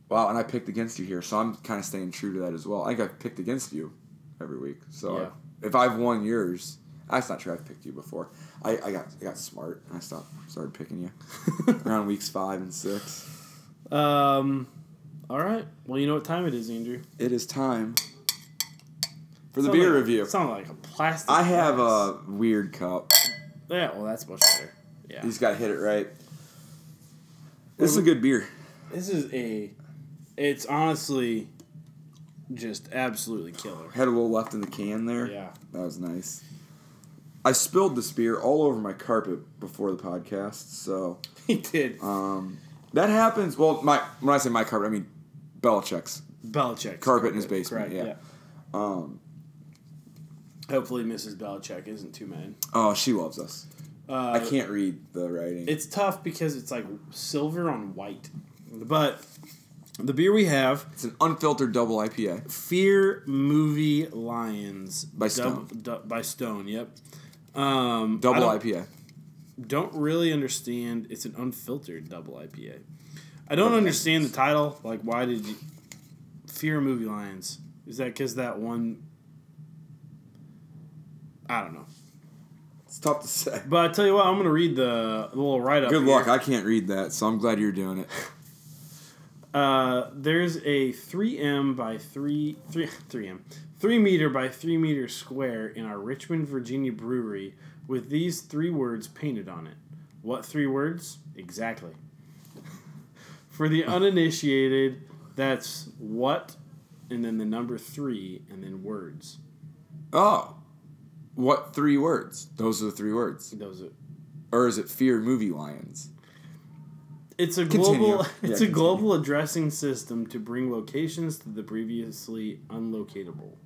Speaker 2: Wow. And I picked against you here, so I'm kind of staying true to that as well. I think I've picked against you every week. So
Speaker 1: Yeah.
Speaker 2: if I've won yours, that's not true. I've picked you before. I, I got I got smart and I stopped started picking you <laughs> around weeks five and six.
Speaker 1: Um. All right. Well, you know what time it is, Andrew.
Speaker 2: It is time for the
Speaker 1: Sound
Speaker 2: beer
Speaker 1: like-
Speaker 2: review.
Speaker 1: Sound like a plastic.
Speaker 2: I have uh,
Speaker 1: glass.
Speaker 2: a weird cup.
Speaker 1: Yeah. Well, that's much better. Yeah.
Speaker 2: He's got to hit it right. This is a good beer.
Speaker 1: This is a. It's honestly, just absolutely killer.
Speaker 2: Had a little left in the can there.
Speaker 1: Yeah.
Speaker 2: That was nice. I spilled this beer all over my carpet before the podcast, so
Speaker 1: <laughs> He did.
Speaker 2: um, that happens. Well, my when I say my carpet, I mean Belichick's.
Speaker 1: Belichick.
Speaker 2: Carpet in his basement,
Speaker 1: Correct.
Speaker 2: yeah. Um,
Speaker 1: Hopefully, Mrs. Belichick isn't too mad.
Speaker 2: oh, she loves us.
Speaker 1: Uh,
Speaker 2: I can't read the writing.
Speaker 1: It's tough because it's like silver on white, but the beer we have
Speaker 2: It's an unfiltered double IPA.
Speaker 1: Fear Movie Lions
Speaker 2: By
Speaker 1: Dub- du- by Stone, yep. Um, I
Speaker 2: Double
Speaker 1: don't-
Speaker 2: IPA.
Speaker 1: Don't really understand. It's an unfiltered double IPA. I don't
Speaker 2: What
Speaker 1: understand the title. Like, why did you Fear Movie Lions? Is that because that one? I don't know.
Speaker 2: It's tough to say.
Speaker 1: But I tell you what, I'm gonna read the, the little write up.
Speaker 2: Good luck. I can't read that, so I'm glad you're doing it.
Speaker 1: Uh, there's a 3M by 3, 3, 3M, 3 meter by 3 meter square in our Richmond, Virginia brewery with these three words painted on it. What three words? Exactly. <laughs> For the uninitiated, that's what, and then the number three, and then words.
Speaker 2: Oh, what three words? Those are the three words.
Speaker 1: Those are,
Speaker 2: Or is it fear movie lions?
Speaker 1: It's a
Speaker 2: Continue.
Speaker 1: global.
Speaker 2: Yeah,
Speaker 1: <laughs> It's a
Speaker 2: continue.
Speaker 1: global addressing system to bring locations to the previously unlocatable.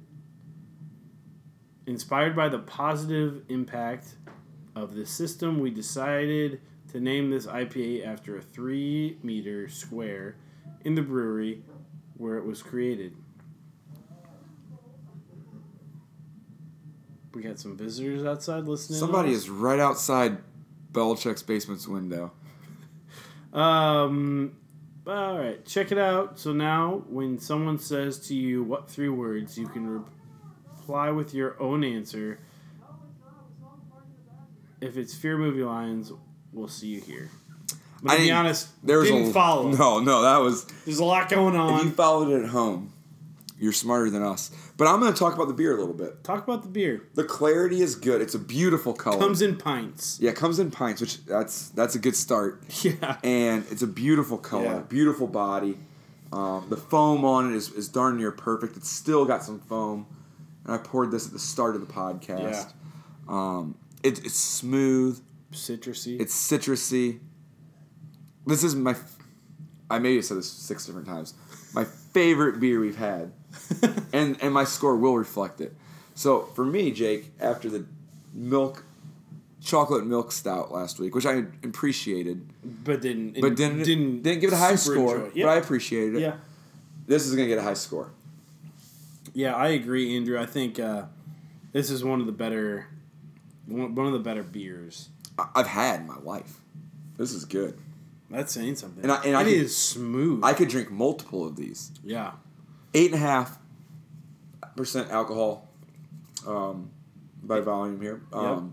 Speaker 1: Inspired by the positive impact of this system, we decided to name this IPA after a three-meter square in the brewery where it was created. We got some visitors outside listening. in
Speaker 2: Somebody
Speaker 1: on
Speaker 2: is right outside Belichick's basement's window.
Speaker 1: Um. All right, check it out. So now, when someone says to you what three words, you can reply with your own answer. If it's Fear Movie Lions, we'll see you here. But
Speaker 2: I
Speaker 1: to be
Speaker 2: didn't-
Speaker 1: honest,
Speaker 2: There was
Speaker 1: didn't
Speaker 2: a,
Speaker 1: follow.
Speaker 2: <laughs> No, no, that was.
Speaker 1: There's a lot going
Speaker 2: If
Speaker 1: on.
Speaker 2: you followed it at home, you're smarter than us. But I'm going to talk about the beer a little bit.
Speaker 1: Talk about the beer.
Speaker 2: The clarity is good. It's a beautiful color.
Speaker 1: Comes in
Speaker 2: <laughs>
Speaker 1: pints.
Speaker 2: yeah, it comes in pints, which that's that's a good start.
Speaker 1: Yeah.
Speaker 2: and it's a beautiful color,
Speaker 1: Yeah.
Speaker 2: beautiful body. Um, the foam on it is, is darn near perfect. It's still got some foam, and I poured this at the start of the podcast.
Speaker 1: Yeah.
Speaker 2: Um, it, it's smooth.
Speaker 1: Citrusy.
Speaker 2: It's citrusy. This is my. f- I maybe said this six different times. My favorite beer we've had, and and my score will reflect it. So for me, Jake, after the milk, chocolate milk stout last week, which I appreciated,
Speaker 1: <laughs> but didn't.
Speaker 2: but didn't didn't, give it a high
Speaker 1: super
Speaker 2: score.
Speaker 1: enjoy it.
Speaker 2: But I
Speaker 1: Yeah.
Speaker 2: appreciated it.
Speaker 1: yeah.
Speaker 2: This is gonna get a high score.
Speaker 1: Yeah, I agree, Andrew. I think uh, this is one of the better, one, one of the better beers.
Speaker 2: I- I've had in my life. This is good.
Speaker 1: That's saying something.
Speaker 2: And I- and I
Speaker 1: It
Speaker 2: could-
Speaker 1: is smooth.
Speaker 2: I could drink multiple of these.
Speaker 1: yeah,
Speaker 2: Eight and a half percent alcohol um, by volume here. Um,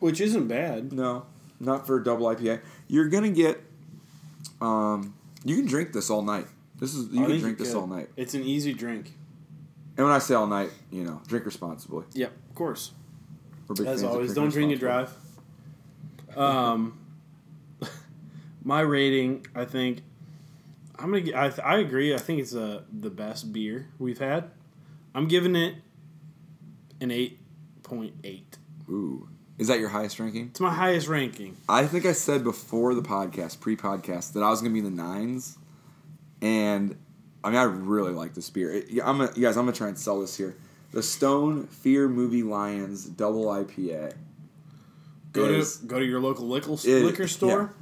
Speaker 1: which isn't bad.
Speaker 2: No, not for a double IPA. You're gonna get. Um, you can drink this all night. This is you
Speaker 1: I
Speaker 2: can
Speaker 1: think
Speaker 2: drink this
Speaker 1: could.
Speaker 2: all night.
Speaker 1: It's an easy drink.
Speaker 2: And when I say all night, you know, drink responsibly.
Speaker 1: Yep, of course.
Speaker 2: We're
Speaker 1: As
Speaker 2: big fans of
Speaker 1: always, don't drink and
Speaker 2: responsibly.
Speaker 1: drive. <laughs> Um, my rating, I think, I'm gonna. gi- I, th- I agree. I think it's uh, the best beer we've had. I'm giving it an eight point eight.
Speaker 2: Ooh. Is that your highest ranking?
Speaker 1: It's my highest ranking.
Speaker 2: I think I said before the podcast, pre podcast, that I was going to be in the nines. And I mean, I really like this beer. It- yeah, I'm gonna, you guys, I'm going to try and sell this here. The Stone Fear Movie Lions Double IPA.
Speaker 1: Go
Speaker 2: is-
Speaker 1: to go to your local liquor,
Speaker 2: It-
Speaker 1: liquor store.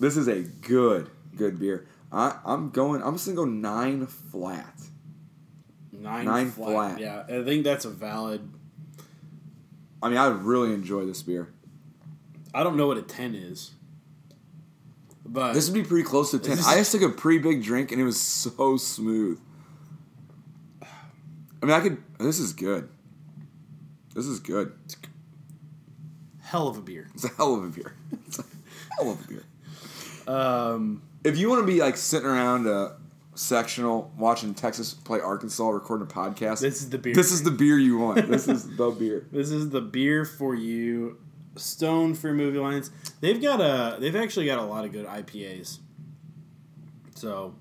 Speaker 2: This is a good, good beer. I, I'm going, I'm just going to go nine flat.
Speaker 1: Nine,
Speaker 2: Nine
Speaker 1: flat.
Speaker 2: flat.
Speaker 1: Yeah, I think that's a valid.
Speaker 2: I mean, I really enjoy this beer.
Speaker 1: I don't know what a ten is, but
Speaker 2: This would be pretty close to 10.
Speaker 1: This-
Speaker 2: I just took a pretty big drink and it was so smooth. I mean, I could. This is good. This is good.
Speaker 1: hell of a beer.
Speaker 2: It's a hell of a beer. <laughs> It's a hell of a beer.
Speaker 1: Um,
Speaker 2: If you want to be like sitting around a sectional watching Texas play Arkansas, recording a podcast,
Speaker 1: this is the beer.
Speaker 2: this is the beer you want. This is the
Speaker 1: <laughs>
Speaker 2: beer.
Speaker 1: This is the beer for you. Stone for Movie Lions. They've got a. They've actually got a lot of good IPAs. So,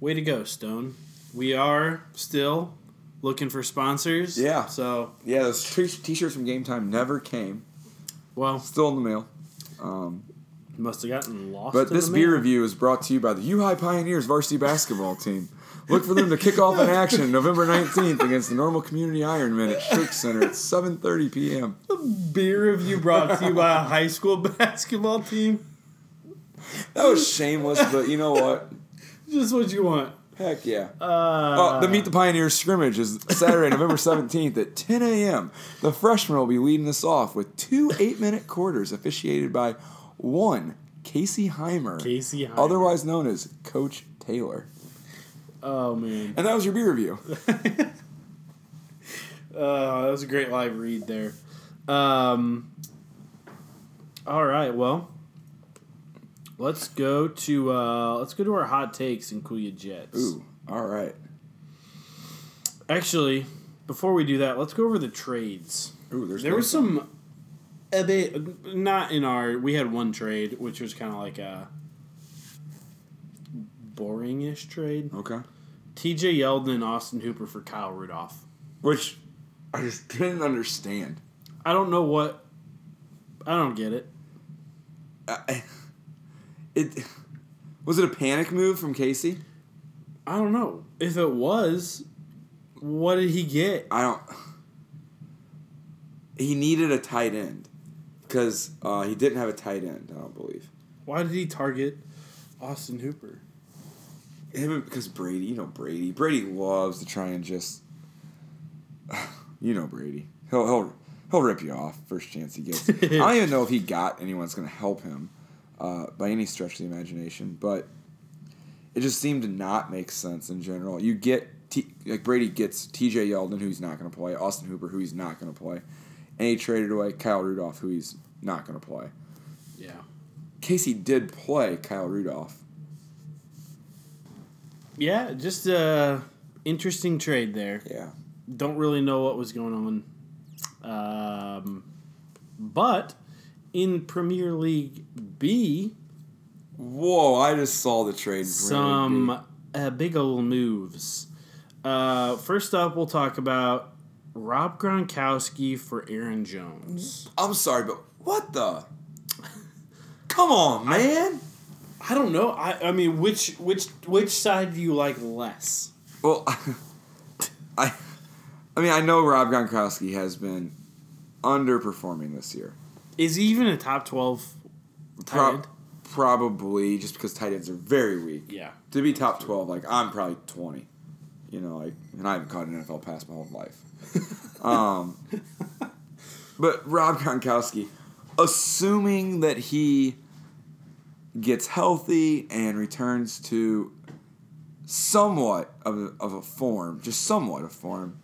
Speaker 1: way to go, Stone. We are still looking for sponsors.
Speaker 2: Yeah.
Speaker 1: So,
Speaker 2: Yeah, those t- t-shirts from Game Time never came.
Speaker 1: well,
Speaker 2: Still in the mail. Um,
Speaker 1: must have gotten lost.
Speaker 2: But
Speaker 1: in
Speaker 2: this
Speaker 1: the
Speaker 2: beer
Speaker 1: mail.
Speaker 2: review is brought to you by the U High Pioneers varsity basketball team. Look for them to kick off in action November 19th against the Normal Community Iron Men at Strick Center at 7.30 p.m.
Speaker 1: beer review brought to you by a high school <laughs> basketball team.
Speaker 2: That was shameless, but you know what?
Speaker 1: Just what you want.
Speaker 2: Heck yeah.
Speaker 1: Uh,
Speaker 2: Oh, the Meet the Pioneers scrimmage is Saturday, November 17th at 10 a.m. The freshmen will be leading us off with two eight-minute quarters officiated by one, Casey Heimer,
Speaker 1: Casey. Hyde.
Speaker 2: otherwise known as Coach Taylor.
Speaker 1: Oh man.
Speaker 2: And that was your beer review.
Speaker 1: Uh, that was a great live read there. Um, all right, well, let's go to uh, let's go to our hot takes and cool you jets.
Speaker 2: Ooh, all right.
Speaker 1: Actually, before we do that, let's go over the trades.
Speaker 2: Ooh, there's
Speaker 1: There
Speaker 2: been
Speaker 1: was some. A bit, not in our. We had one trade, which was kind of like a boringish trade.
Speaker 2: <laughs> Okay.
Speaker 1: T.J. Yeldon and Austin Hooper for Kyle Rudolph.
Speaker 2: Which I just didn't understand.
Speaker 1: I don't know what. I don't get it.
Speaker 2: I, it was it a panic move from Casey?
Speaker 1: I don't know. If it was, what did he get?
Speaker 2: I don't. He needed a tight end because uh, he didn't have a tight end. I don't believe
Speaker 1: Why did he target Austin Hooper?
Speaker 2: him because Brady. You know Brady. Brady loves to try and just. <sighs> You know Brady. He'll he'll he'll rip you off first chance he gets. I don't even know if he got anyone that's going to help him uh, by any stretch of the imagination, but it just seemed to not make sense in general. You get T- like Brady gets T.J. Yeldon, who he's not going to play, Austin Hooper, who he's not going to play, and he traded away Kyle Rudolph, who he's not going to play.
Speaker 1: Yeah.
Speaker 2: Casey did play Kyle Rudolph.
Speaker 1: Yeah, just a interesting trade there.
Speaker 2: Yeah,
Speaker 1: Don't really know what was going on. Um, but in Premier League B,
Speaker 2: Whoa, I just saw the trade.
Speaker 1: some uh, big old moves. Uh, first up, we'll talk about Rob Gronkowski for Aaron Jones.
Speaker 2: I'm sorry, but what the? <laughs> Come on, man.
Speaker 1: I don't know. I, I mean, which which which side do you like less?
Speaker 2: well, <laughs> I, I mean, I know Rob Gronkowski has been underperforming this year.
Speaker 1: Is he even a top twelve tight
Speaker 2: Pro-
Speaker 1: end?
Speaker 2: Probably just because tight ends are very weak.
Speaker 1: Yeah,
Speaker 2: To be top twelve, like I'm probably twenty. You know, like, and I haven't caught an NFL pass my whole life. um, but Rob Gronkowski, assuming that he gets healthy and returns to somewhat of a, of a form, just somewhat of form,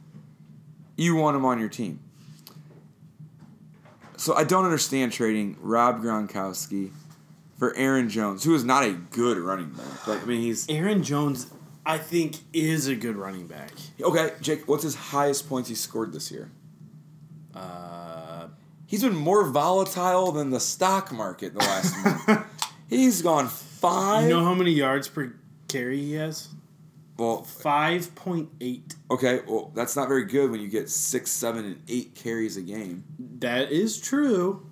Speaker 2: you want him on your team. So I don't understand trading Rob Gronkowski for Aaron Jones, who is not a good running back. Like I mean, he's
Speaker 1: Aaron Jones, I think, is a good running back.
Speaker 2: Okay, Jake, what's his highest points he scored this year?
Speaker 1: Uh, <laughs>
Speaker 2: He's been more volatile than the stock market the last month. He's gone five.
Speaker 1: You know how many yards per carry he has?
Speaker 2: well,
Speaker 1: Five point eight.
Speaker 2: okay. Well, that's not very good when you get six, seven, and eight carries a game.
Speaker 1: That is true.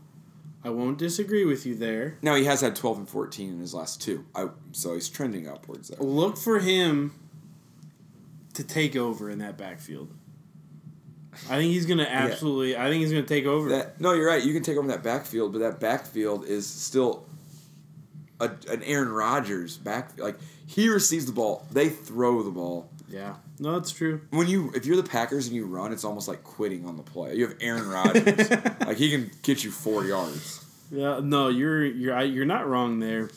Speaker 1: I won't disagree with you there.
Speaker 2: Now he has had 12 and 14 in his last two. I, so he's trending upwards there.
Speaker 1: Look for him to take over in that backfield. I think he's gonna absolutely. I think he's gonna take over.
Speaker 2: That, no, you're right. You can take over that backfield, but that backfield is still a, an Aaron Rodgers back. Like he receives the ball, they throw the ball.
Speaker 1: yeah, no, that's true.
Speaker 2: When you, if you're the Packers and you run, it's almost like quitting on the play. You have
Speaker 1: <laughs>
Speaker 2: Aaron Rodgers, like he can get you four yards.
Speaker 1: Yeah, no, you're you're I- you're not wrong there.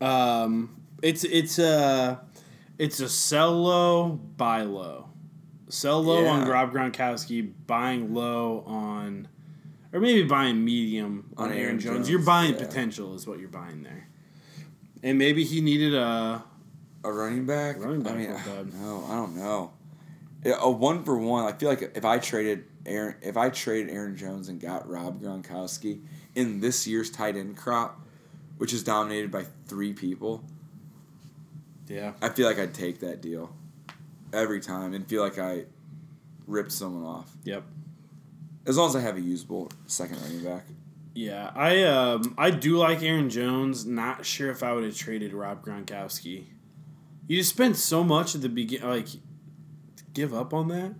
Speaker 1: Um, it's it's a it's a sell low, buy low, sell low on
Speaker 2: Yeah.
Speaker 1: Rob Gronkowski, buying low on, or maybe buying medium on, Aaron, Jones. You're buying
Speaker 2: yeah.
Speaker 1: potential, is what you're buying there. And maybe he needed a
Speaker 2: A running back.
Speaker 1: Running back
Speaker 2: I mean,
Speaker 1: would be bad.
Speaker 2: no, I don't know. Yeah, A one for one. I feel like if I traded Aaron, if I traded Aaron Jones and got Rob Gronkowski in this year's tight end crop, which is dominated by three people,
Speaker 1: yeah.
Speaker 2: I feel like I'd take that deal every time and feel like I ripped someone off.
Speaker 1: Yep.
Speaker 2: As long as I have a usable second running back.
Speaker 1: Yeah, I um I do like Aaron Jones. Not sure if I would have traded Rob Gronkowski. You just spent so much at the begin, like give up on that.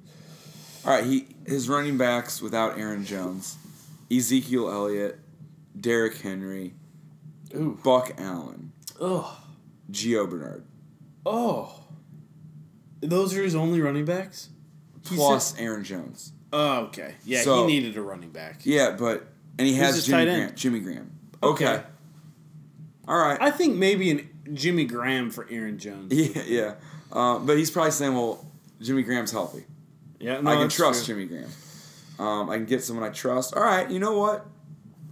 Speaker 2: All right, he his running backs without Aaron Jones, Ezekiel Elliott, Derrick Henry,
Speaker 1: Ooh.
Speaker 2: Buck Allen,
Speaker 1: Oh,
Speaker 2: Gio Bernard.
Speaker 1: oh. Those are his only running backs. He
Speaker 2: plus Aaron Jones.
Speaker 1: Oh, okay. Yeah,
Speaker 2: So-
Speaker 1: he needed a running back.
Speaker 2: Yeah, but and he has
Speaker 1: his
Speaker 2: Jimmy
Speaker 1: tight
Speaker 2: Graham.
Speaker 1: end?
Speaker 2: Jimmy Graham. Okay.
Speaker 1: Okay.
Speaker 2: All right.
Speaker 1: I think maybe an Jimmy Graham for Aaron Jones.
Speaker 2: <laughs> yeah, yeah. Um, but he's probably saying, "Well, Jimmy Graham's healthy.
Speaker 1: Yeah, no,
Speaker 2: I can
Speaker 1: that's
Speaker 2: trust
Speaker 1: true.
Speaker 2: Jimmy Graham. Um, I can get someone I trust." All right. You know what?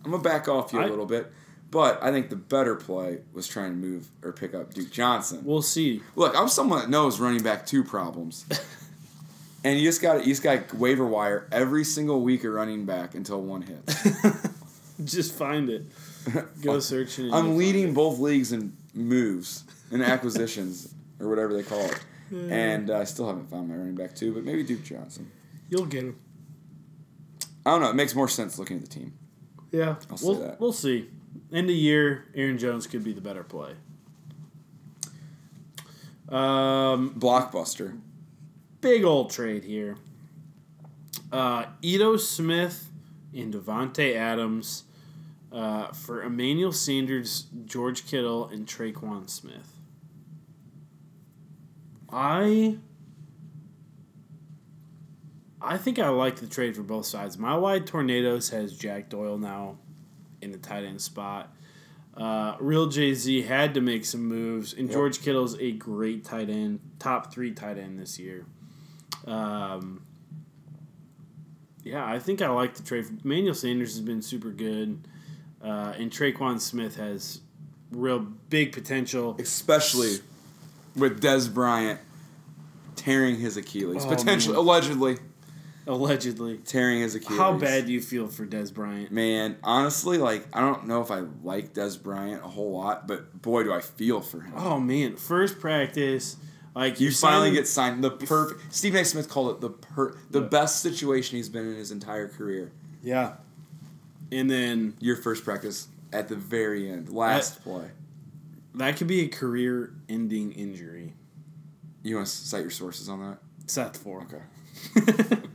Speaker 2: I'm gonna back off you a
Speaker 1: I-
Speaker 2: little bit, but I think the better play was trying to move or pick up Duke Johnson.
Speaker 1: We'll see. <laughs>
Speaker 2: Look, I'm someone that knows running back two problems. And you just got to you just got to waiver wire every single week a running back until one hits.
Speaker 1: <laughs> Just find it.
Speaker 2: <laughs>
Speaker 1: Go searching. and you'll
Speaker 2: I'm
Speaker 1: find
Speaker 2: leading
Speaker 1: it.
Speaker 2: both leagues in moves
Speaker 1: <laughs>
Speaker 2: and acquisitions or whatever they call it. And uh, I still haven't found my running back too, but maybe Duke Johnson.
Speaker 1: You'll get him.
Speaker 2: I don't know. It makes more sense looking at the team.
Speaker 1: Yeah,
Speaker 2: I'll say
Speaker 1: we'll,
Speaker 2: that.
Speaker 1: we'll see. End of year, Aaron Jones could be the better play. Um,
Speaker 2: Blockbuster.
Speaker 1: big old trade here. Uh, Ito Smith and Devontae Adams uh, for Emmanuel Sanders, George Kittle, and Traquan Smith. I I think I like the trade for both sides. My wide tornadoes has Jack Doyle now in the tight end spot. Uh, Real Jay Z had to make some moves, and George Kittle's a great tight end, top three tight end this year. Um, yeah, I think I like the trade. Manuel Sanders has been super good, uh, and Traquan Smith has real big potential.
Speaker 2: Especially with Des Bryant tearing his Achilles.
Speaker 1: Oh,
Speaker 2: Potentially,
Speaker 1: man.
Speaker 2: allegedly
Speaker 1: Allegedly,
Speaker 2: tearing his Achilles.
Speaker 1: how bad do you feel for Des Bryant?
Speaker 2: Man, honestly, like, I don't know if I like Des Bryant a whole lot, but boy, do I feel for him.
Speaker 1: Oh man, first practice, like
Speaker 2: You
Speaker 1: you're
Speaker 2: finally
Speaker 1: signing-
Speaker 2: get signed. The perfect. Steve A. Smith called it the per the best situation he's been in his entire career.
Speaker 1: yeah, and then
Speaker 2: Your first practice at the very end, last play.
Speaker 1: That could be a career ending injury.
Speaker 2: You want to cite your sources on that?
Speaker 1: Seth for.
Speaker 2: Okay.
Speaker 1: <laughs>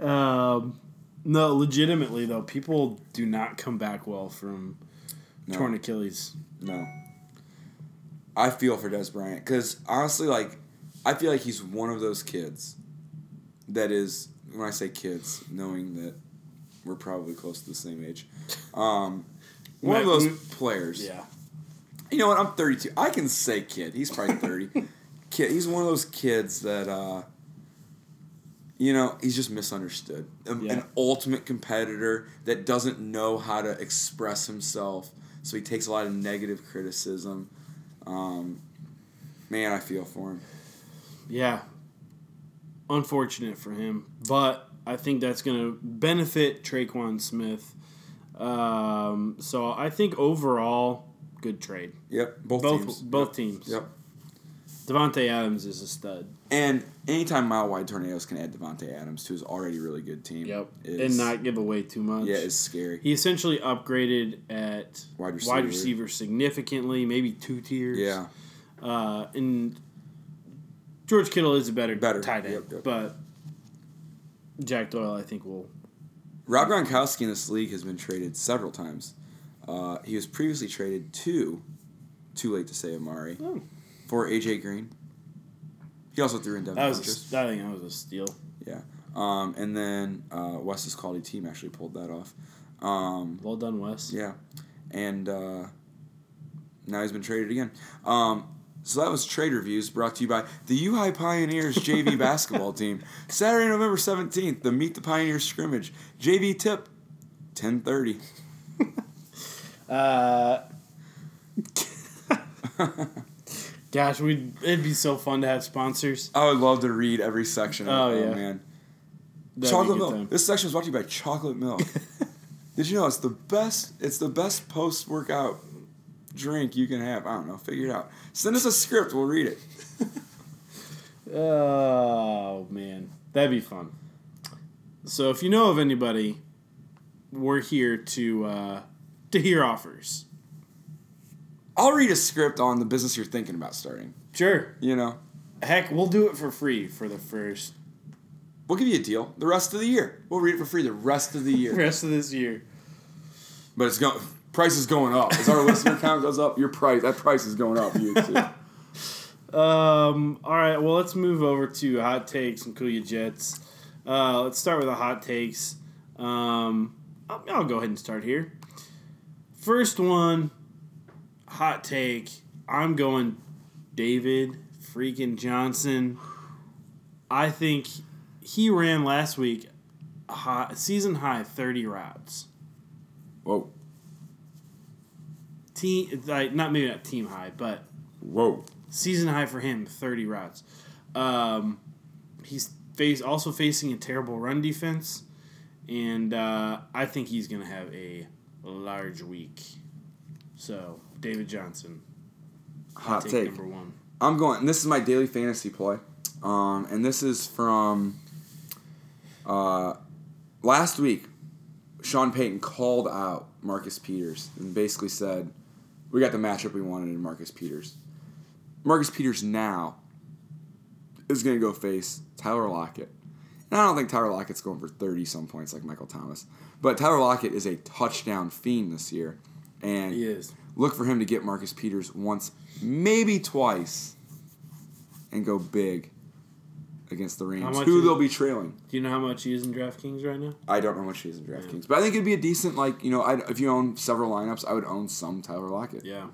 Speaker 1: um, no, legitimately though, people do not come back well from
Speaker 2: No.
Speaker 1: torn Achilles.
Speaker 2: No. I feel for Des Bryant because honestly, like, I feel like he's one of those kids that is, when I say kids, knowing that we're probably close to the same age, um, one
Speaker 1: Right,
Speaker 2: of those
Speaker 1: we-
Speaker 2: players. You know what? I'm 32. I can say kid. He's
Speaker 1: <laughs>
Speaker 2: probably 30. kid. He's one of those kids that, uh, you know, he's just misunderstood. Um, An- An
Speaker 1: Yeah.
Speaker 2: ultimate competitor that doesn't know how to express himself, so he takes a lot of negative criticism. Um, man, I feel for him.
Speaker 1: Yeah. Unfortunate for him, but I think that's going to benefit Traquan Smith. Um, so I think overall, good trade.
Speaker 2: Yep. Both,
Speaker 1: Both
Speaker 2: teams.
Speaker 1: both
Speaker 2: Yep.
Speaker 1: teams.
Speaker 2: Yep.
Speaker 1: Devonte Adams is a stud.
Speaker 2: And anytime mile wide tornadoes can add Devonte Adams to his already really good team. Is,
Speaker 1: and not give away too much.
Speaker 2: Yeah, it's scary.
Speaker 1: he essentially upgraded at
Speaker 2: Wide receiver.
Speaker 1: receiver significantly, maybe two tiers.
Speaker 2: yeah.
Speaker 1: Uh, and George Kittle is a better,
Speaker 2: Better,
Speaker 1: tight end,
Speaker 2: yep, yep.
Speaker 1: but Jack Doyle, I think, will.
Speaker 2: Rob Gronkowski in this league has been traded several times. Uh, he was previously traded to, too late to say Amari,
Speaker 1: Oh.
Speaker 2: for AJ Green. He also threw in Devin
Speaker 1: That was, a,
Speaker 2: Funchess.
Speaker 1: s- I think, that was a steal.
Speaker 2: Yeah. Um, and then uh, Wes's quality team actually pulled that off. Um,
Speaker 1: Well done, Wes.
Speaker 2: yeah. And uh, now he's been traded again. Um, so that was trade reviews brought to you by the UI
Speaker 1: <laughs>
Speaker 2: Pioneers JV basketball team. Saturday, November 17th, the Meet the Pioneers scrimmage. JV tip, 1030.
Speaker 1: Uh, <laughs> gosh, we'd it'd be so fun to have sponsors.
Speaker 2: I would love to read every section.
Speaker 1: Oh,
Speaker 2: Oh, oh
Speaker 1: yeah.
Speaker 2: man.
Speaker 1: That'd be
Speaker 2: chocolate
Speaker 1: a good
Speaker 2: milk.
Speaker 1: time.
Speaker 2: This section is brought to you by chocolate
Speaker 1: <laughs>
Speaker 2: milk. Did you know it's the best? It's the best post workout drink you can have. I don't know. Figure it out. Send us a script. We'll read it.
Speaker 1: Oh man, that'd be fun. So if you know of anybody, we're here to uh, to hear offers.
Speaker 2: I'll read a script on the business you're thinking about starting.
Speaker 1: Sure.
Speaker 2: You know,
Speaker 1: Heck, we'll do it for free for the first
Speaker 2: we'll give you a deal the rest of the year. We'll read it for free the rest of the
Speaker 1: <laughs>
Speaker 2: year.
Speaker 1: rest of this year.
Speaker 2: But it's going. Price is going up. As our listener count goes up, your price that price is going up. You
Speaker 1: <laughs>
Speaker 2: too.
Speaker 1: Um. All right. Well, let's move over to hot takes and cool you jets. Uh, let's start with the hot takes. Um, I'll, I'll go ahead and start here. First one, hot take. I'm going David freaking Johnson. I think he ran last week a high, season high 30 routes.
Speaker 2: Whoa,
Speaker 1: Team, like, not maybe not team high, but
Speaker 2: whoa.
Speaker 1: season high for him, 30 routes. Um, he's face also facing a terrible run defense, and uh, I think he's going to have a large week. So David Johnson,
Speaker 2: Hot
Speaker 1: take,
Speaker 2: take.
Speaker 1: number one.
Speaker 2: I'm going. And this is my daily fantasy play, um, and this is from uh, last week. Sean Payton called out Marcus Peters and basically said, "We got the matchup we wanted in Marcus Peters. Marcus Peters now is going to go face Tyler Lockett." And I don't think Tyler Lockett's going for 30 some points like Michael Thomas. But Tyler Lockett is a touchdown fiend this year. And
Speaker 1: He is.
Speaker 2: look for him to get Marcus Peters once, maybe twice, and go big against the Rams,
Speaker 1: much
Speaker 2: who
Speaker 1: is-
Speaker 2: they'll be trailing.
Speaker 1: Do you know how much he is in DraftKings right now?
Speaker 2: I don't know how much he's in DraftKings, but I think it'd be a decent like you know I'd, if you own several lineups, I would own some Tyler Lockett.
Speaker 1: Yeah.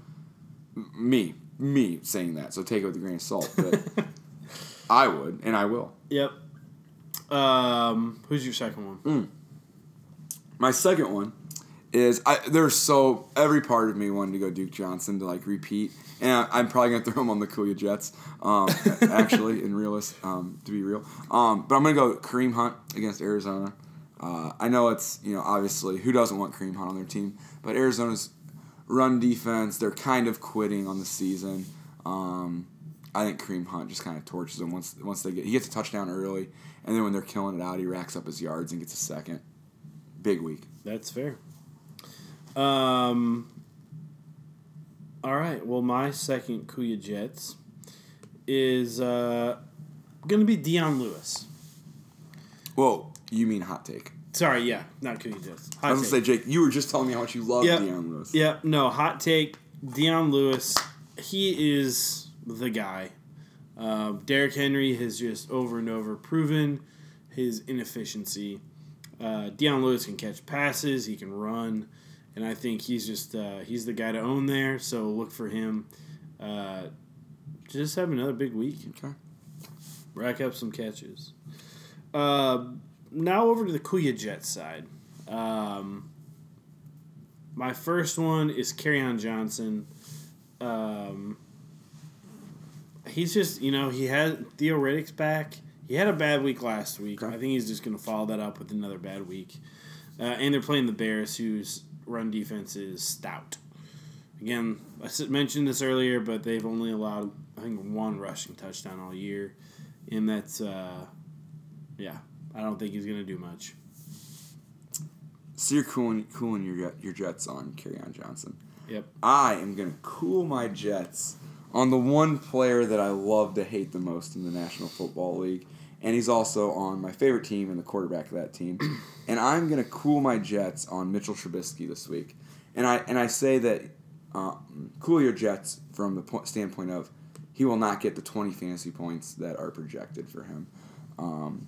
Speaker 2: Me, me saying that, so take it with a grain of salt.
Speaker 1: <laughs>
Speaker 2: But I would, and I will.
Speaker 1: Yep. Um, who's your second one?
Speaker 2: My second one is I there's so every part of me wanted to go Duke Johnson to like repeat, and I, I'm probably gonna throw him on the Kuya Jets, um, actually in realist um, to be real. Um, but I'm gonna go Kareem Hunt against Arizona. Uh, I know it's you know obviously who doesn't want Kareem Hunt on their team, but Arizona's run defense they're kind of quitting on the season. Um, I think Kareem Hunt just kind of torches them once once they get he gets a touchdown early, and then when they're killing it out, he racks up his yards and gets a second. Big week.
Speaker 1: That's fair. Um. All right. Well, my second Kuya Jets is uh, going to be Dion Lewis.
Speaker 2: Well, you mean hot take.
Speaker 1: Sorry, yeah, not Kuya Jets.
Speaker 2: I
Speaker 1: Hot
Speaker 2: was
Speaker 1: take.
Speaker 2: gonna say, Jake, you were just telling me how much you love
Speaker 1: Yeah.
Speaker 2: Deion Lewis.
Speaker 1: yeah, no, hot take. Dion Lewis, he is the guy. Uh, Derrick Henry has just over and over proven his inefficiency. Uh, Deion Lewis can catch passes, he can run, and I think he's just uh, he's the guy to own there. So look for him. Uh, just have another big week.
Speaker 2: Okay.
Speaker 1: Rack up some catches. Uh, now over to the Kuya Jet side. Um, my first one is Carryon Johnson. Um, he's just, you know, he had Theo Riddick's back. He had a bad week last week.
Speaker 2: Okay.
Speaker 1: I think he's just going to follow that up with another bad week. Uh, and they're playing the Bears, who's run defense is stout. Again, I s- mentioned this earlier, but they've only allowed I think one rushing touchdown all year, and that's uh, yeah. I don't think he's gonna do much.
Speaker 2: So you're cooling cooling your your Jets on on Johnson.
Speaker 1: Yep.
Speaker 2: I am gonna cool my Jets on the one player that I love to hate the most in the National Football League, and he's also on my favorite team and the quarterback of that team. and I'm gonna cool my Jets on Mitchell Trubisky this week, and I and I say that um, cool your Jets from the po- standpoint of he will not get the 20 fantasy points that are projected for him. Um,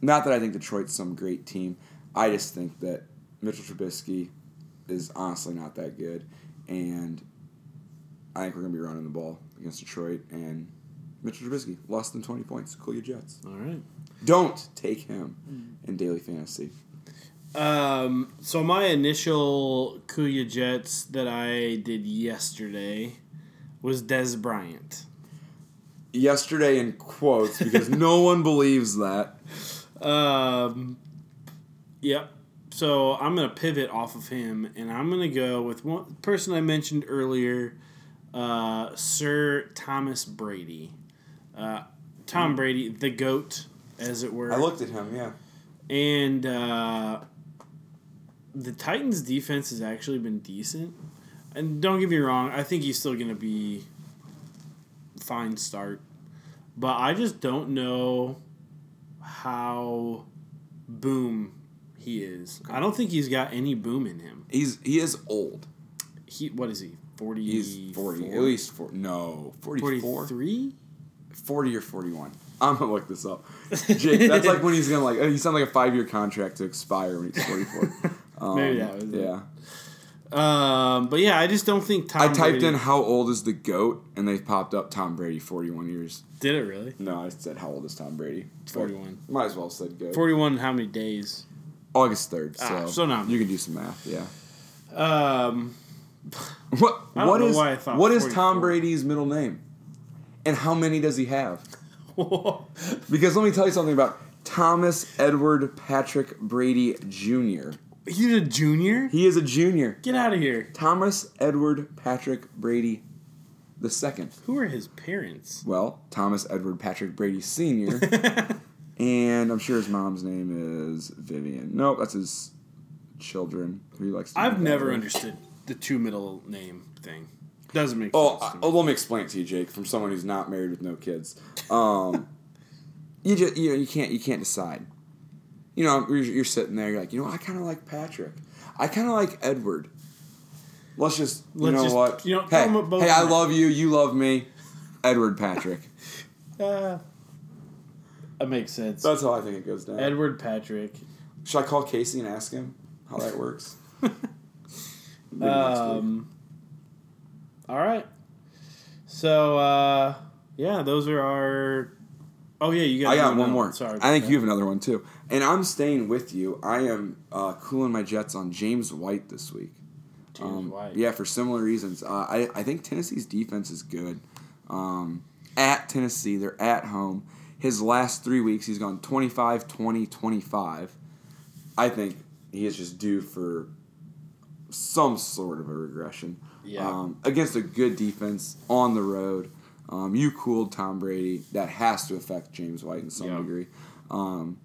Speaker 2: not that I think Detroit's some great team. I just think that Mitchell Trubisky is honestly not that good, and I think we're gonna be running the ball against Detroit and Mitchell Trubisky less than twenty points. Cool your Jets.
Speaker 1: All right.
Speaker 2: Don't take him in daily fantasy.
Speaker 1: Um, so my initial Kuya Jets that I did yesterday was Des Bryant.
Speaker 2: Yesterday in quotes because <laughs> no one believes that.
Speaker 1: Um, yep. So I'm gonna pivot off of him, and I'm gonna go with one person I mentioned earlier, uh, Sir Thomas Brady, uh, Tom Brady, the goat, as it were.
Speaker 2: I looked at him. Yeah,
Speaker 1: And uh, the Titans' defense has actually been decent. And don't get me wrong, I think he's still going to be fine start. But I just don't know how boom he is. I don't think he's got any boom in him.
Speaker 2: he's he is old.
Speaker 1: He what is he? 40
Speaker 2: He's forty, at least four. No, 44?
Speaker 1: 43?
Speaker 2: 40 or 41. I'm gonna look this up. Jake, that's
Speaker 1: <laughs>
Speaker 2: like when he's gonna like. You sound like a five year contract to expire when he's 44.
Speaker 1: <laughs>
Speaker 2: Um,
Speaker 1: Maybe that was it.
Speaker 2: yeah.
Speaker 1: Um, but yeah, I just don't think Tom
Speaker 2: I typed
Speaker 1: Brady-
Speaker 2: in how old is the goat, and they popped up Tom Brady, forty-one years.
Speaker 1: Did it really?
Speaker 2: No, I said how old is Tom Brady?
Speaker 1: 41.
Speaker 2: Might as well have said goat.
Speaker 1: 41 how many days?
Speaker 2: August third. So,
Speaker 1: Ah, so now-
Speaker 2: you can do some math. Yeah.
Speaker 1: Um, <laughs>
Speaker 2: What?
Speaker 1: I don't
Speaker 2: what
Speaker 1: know
Speaker 2: is-
Speaker 1: why I thought
Speaker 2: what is
Speaker 1: 44.
Speaker 2: Tom Brady's middle name? And how many does he have?
Speaker 1: he
Speaker 2: Because let me tell you something about Thomas Edward Patrick Brady Jr.
Speaker 1: did a junior?
Speaker 2: He is a junior.
Speaker 1: Get out of here.
Speaker 2: Thomas Edward Patrick Brady the second.
Speaker 1: Who are his parents?
Speaker 2: Well, Thomas Edward Patrick
Speaker 1: <laughs>
Speaker 2: Brady Sr. and I'm sure his mom's name is Vivian. Nope, that's his children who he likes to
Speaker 1: I've
Speaker 2: name that
Speaker 1: never
Speaker 2: way.
Speaker 1: understood the two middle name thing. Doesn't make
Speaker 2: Oh,
Speaker 1: sense.
Speaker 2: I,
Speaker 1: to me.
Speaker 2: oh, let me explain it to you, Jake, from someone who's not married with no kids. Um, <laughs> you just you know you can't you can't decide. You know you're, you're sitting there. You're like you know I kind of like Patrick. I kind of like Edward. Let's just you
Speaker 1: Let's
Speaker 2: know
Speaker 1: just-
Speaker 2: what
Speaker 1: you know,
Speaker 2: hey
Speaker 1: throw 'em up both
Speaker 2: hey I
Speaker 1: in there.
Speaker 2: love you you love me,
Speaker 1: <laughs>
Speaker 2: Edward Patrick. oh.
Speaker 1: Uh, that makes sense.
Speaker 2: That's how I think it goes down.
Speaker 1: Edward Patrick.
Speaker 2: Should I call Casey and ask him how
Speaker 1: <laughs>
Speaker 2: that works? Maybe next week.
Speaker 1: Um, all right. So, uh, yeah, those are our. Oh, yeah, you got
Speaker 2: I got
Speaker 1: another
Speaker 2: one more.
Speaker 1: Sorry.
Speaker 2: I think
Speaker 1: about
Speaker 2: you have another one too. And I'm staying with you. I am uh, cooling my jets on James White this week.
Speaker 1: that. James
Speaker 2: Um,
Speaker 1: White.
Speaker 2: Yeah, for similar reasons. Uh, I, I think Tennessee's defense is good. Um, at Tennessee, they're at home. His last three weeks, he's gone 25, 20, 25. I think he is just due for some sort of a regression.
Speaker 1: Yeah.
Speaker 2: Um, against a good defense on the road. Um, you cooled Tom Brady. That has to affect James White in some
Speaker 1: Yeah.
Speaker 2: degree. Um,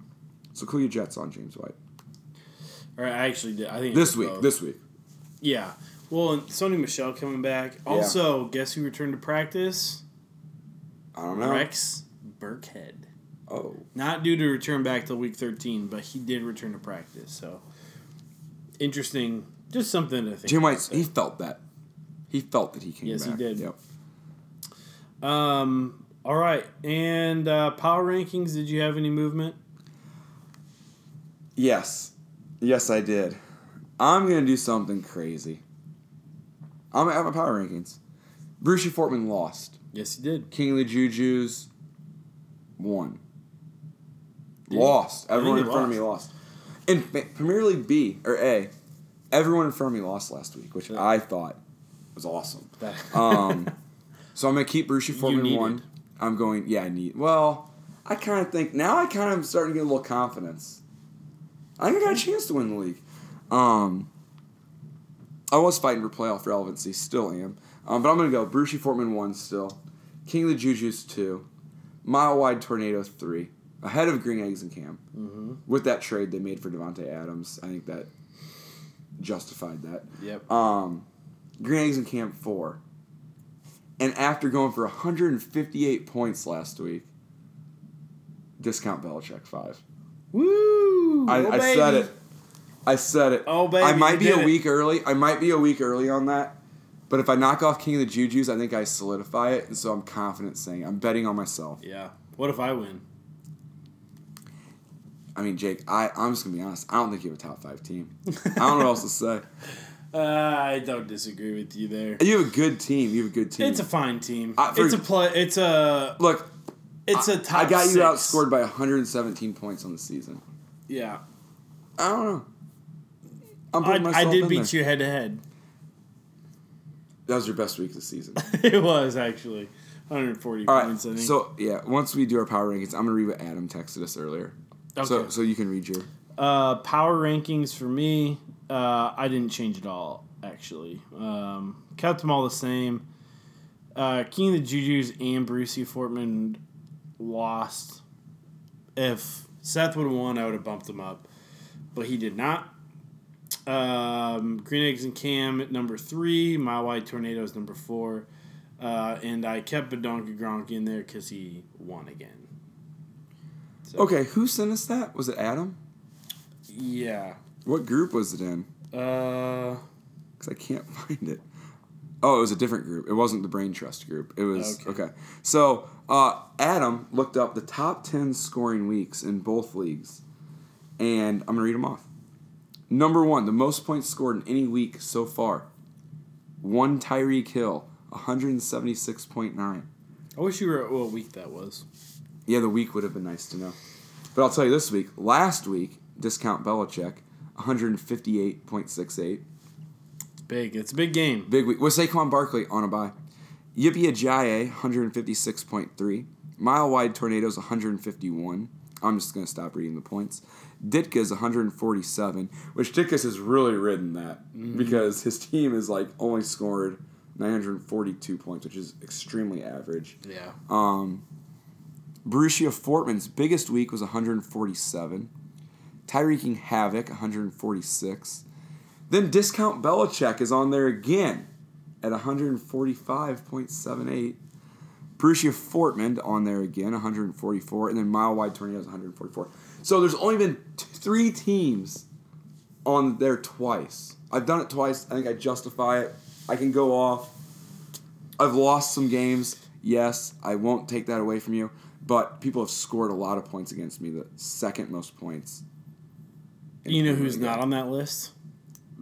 Speaker 2: so cool your Jets on James White.
Speaker 1: Or I actually did. I think
Speaker 2: This
Speaker 1: it's
Speaker 2: week.
Speaker 1: both.
Speaker 2: This week.
Speaker 1: Yeah. Well, and Sony Michelle coming back. Also, guess who returned to practice?
Speaker 2: I don't know.
Speaker 1: Rex Burkhead.
Speaker 2: Oh.
Speaker 1: Not due to return back till week 13, but he did return to practice. So, interesting. Just something to think.
Speaker 2: Jim White's
Speaker 1: about.
Speaker 2: he felt that. He felt that he came
Speaker 1: Yes, he
Speaker 2: back.
Speaker 1: did.
Speaker 2: Yep.
Speaker 1: Um. All right. And uh, power rankings. Did you have any movement?
Speaker 2: Yes. Yes, I did. I'm gonna do something crazy. I'm at my power rankings. Brucey Fortman lost.
Speaker 1: Yes, you did. <laughs>
Speaker 2: King of the Juju's won.
Speaker 1: Did
Speaker 2: lost. Everyone
Speaker 1: they
Speaker 2: in front of me lost. In Fa- Premier League B or A, everyone in front of me lost last week, which
Speaker 1: Yeah.
Speaker 2: I thought was awesome.
Speaker 1: That-
Speaker 2: Um, so I'm gonna keep Brucey Fortman
Speaker 1: needed.
Speaker 2: one. I'm going. Yeah, I need. Well, I kind of think now. I kind of am starting to get a little confidence. I think I got a chance to win the league. Um, I was fighting for playoff relevancy, still am. Um, but I'm gonna go Brucey Fortman one still, King of the Juju's two, Mile Wide Tornado three, ahead of Green Eggs and Cam. With that trade they made for Devonte Adams, I think that justified that.
Speaker 1: Yep.
Speaker 2: Um, Green Eggs and Camp four. And after going for 158 points last week, discount Belichick five.
Speaker 1: Woo!
Speaker 2: I,
Speaker 1: Oh,
Speaker 2: I said
Speaker 1: baby.
Speaker 2: it. I said it.
Speaker 1: Oh, baby,
Speaker 2: I
Speaker 1: you
Speaker 2: might be
Speaker 1: did
Speaker 2: a
Speaker 1: it.
Speaker 2: week early. I might be a week early on that. But if I knock off King of the Juju's, I think I solidify it, and so I'm confident saying I'm betting on myself.
Speaker 1: Yeah. What if I win?
Speaker 2: I mean, Jake, I, I'm just gonna be honest. I don't think you have a top five team. I don't know what else to say.
Speaker 1: Uh, I don't disagree with you there.
Speaker 2: You have a good team. You have a good
Speaker 1: <laughs>
Speaker 2: team.
Speaker 1: It's a fine team.
Speaker 2: I- for-
Speaker 1: it's a play. It's a.
Speaker 2: Look,
Speaker 1: It's a top.
Speaker 2: I got
Speaker 1: six.
Speaker 2: you outscored by 117 points on the season.
Speaker 1: Yeah.
Speaker 2: I don't know. I'm
Speaker 1: I,
Speaker 2: putting
Speaker 1: I
Speaker 2: myself
Speaker 1: did
Speaker 2: in
Speaker 1: beat
Speaker 2: there.
Speaker 1: you head to head.
Speaker 2: That was your best week of the season.
Speaker 1: <laughs> It was actually 140
Speaker 2: All right.
Speaker 1: points. I think.
Speaker 2: So yeah, once we do our power rankings, I'm gonna read what Adam texted us earlier. So
Speaker 1: Okay.
Speaker 2: so you can read your.
Speaker 1: Uh, power rankings for me, uh, I didn't change at all, actually. Um, kept them all the same. Uh, King of the Juju's and Brucey Fortman lost. If Seth would have won, I would have bumped them up. But he did not. Um, Green Eggs and Cam at number three. My White Tornado is number four. Uh, and I kept Badonka Gronk in there because he won again.
Speaker 2: Okay, who sent us that? Was it Adam?
Speaker 1: Yeah.
Speaker 2: What group was it in?
Speaker 1: Uh,
Speaker 2: Because I can't <laughs> find it. Oh, it was a different group. It wasn't the Brain Trust group. It was okay.
Speaker 1: Okay.
Speaker 2: So uh, Adam looked up the top ten scoring weeks in both leagues, and I'm gonna read them off. Number one, the most points scored in any week so far. One Tyreek Hill, 176.9.
Speaker 1: I wish you were at what week that was.
Speaker 2: Yeah, the week would have been nice to know. But I'll tell you this week. Last week, discount Belichick, 158.68.
Speaker 1: It's big. It's a big game.
Speaker 2: Big week. With Saquon Barkley on a bye. Yippee Ajayi, 156.3. Mile Wide Tornadoes, 151. I'm just going to stop reading the points. Ditka's 147, which Ditka's has really ridden that because his team is like only scored 942 points, which is extremely average. Um,
Speaker 1: Yeah.
Speaker 2: Borussia Fortman's biggest week was 147. Tyreeking Havoc, 146. Then Discount Belichick is on there again at 145.78. Borussia Fortman on there again, 144. And then Mile Wide Tornadoes, 144. So there's only been t- three teams on there twice. I've done it twice. I think I justify it. I can go off. I've lost some games. Yes, I won't take that away from you. But people have scored a lot of points against me. The second most points. in
Speaker 1: you know
Speaker 2: Premier
Speaker 1: who's
Speaker 2: League.
Speaker 1: not on that list?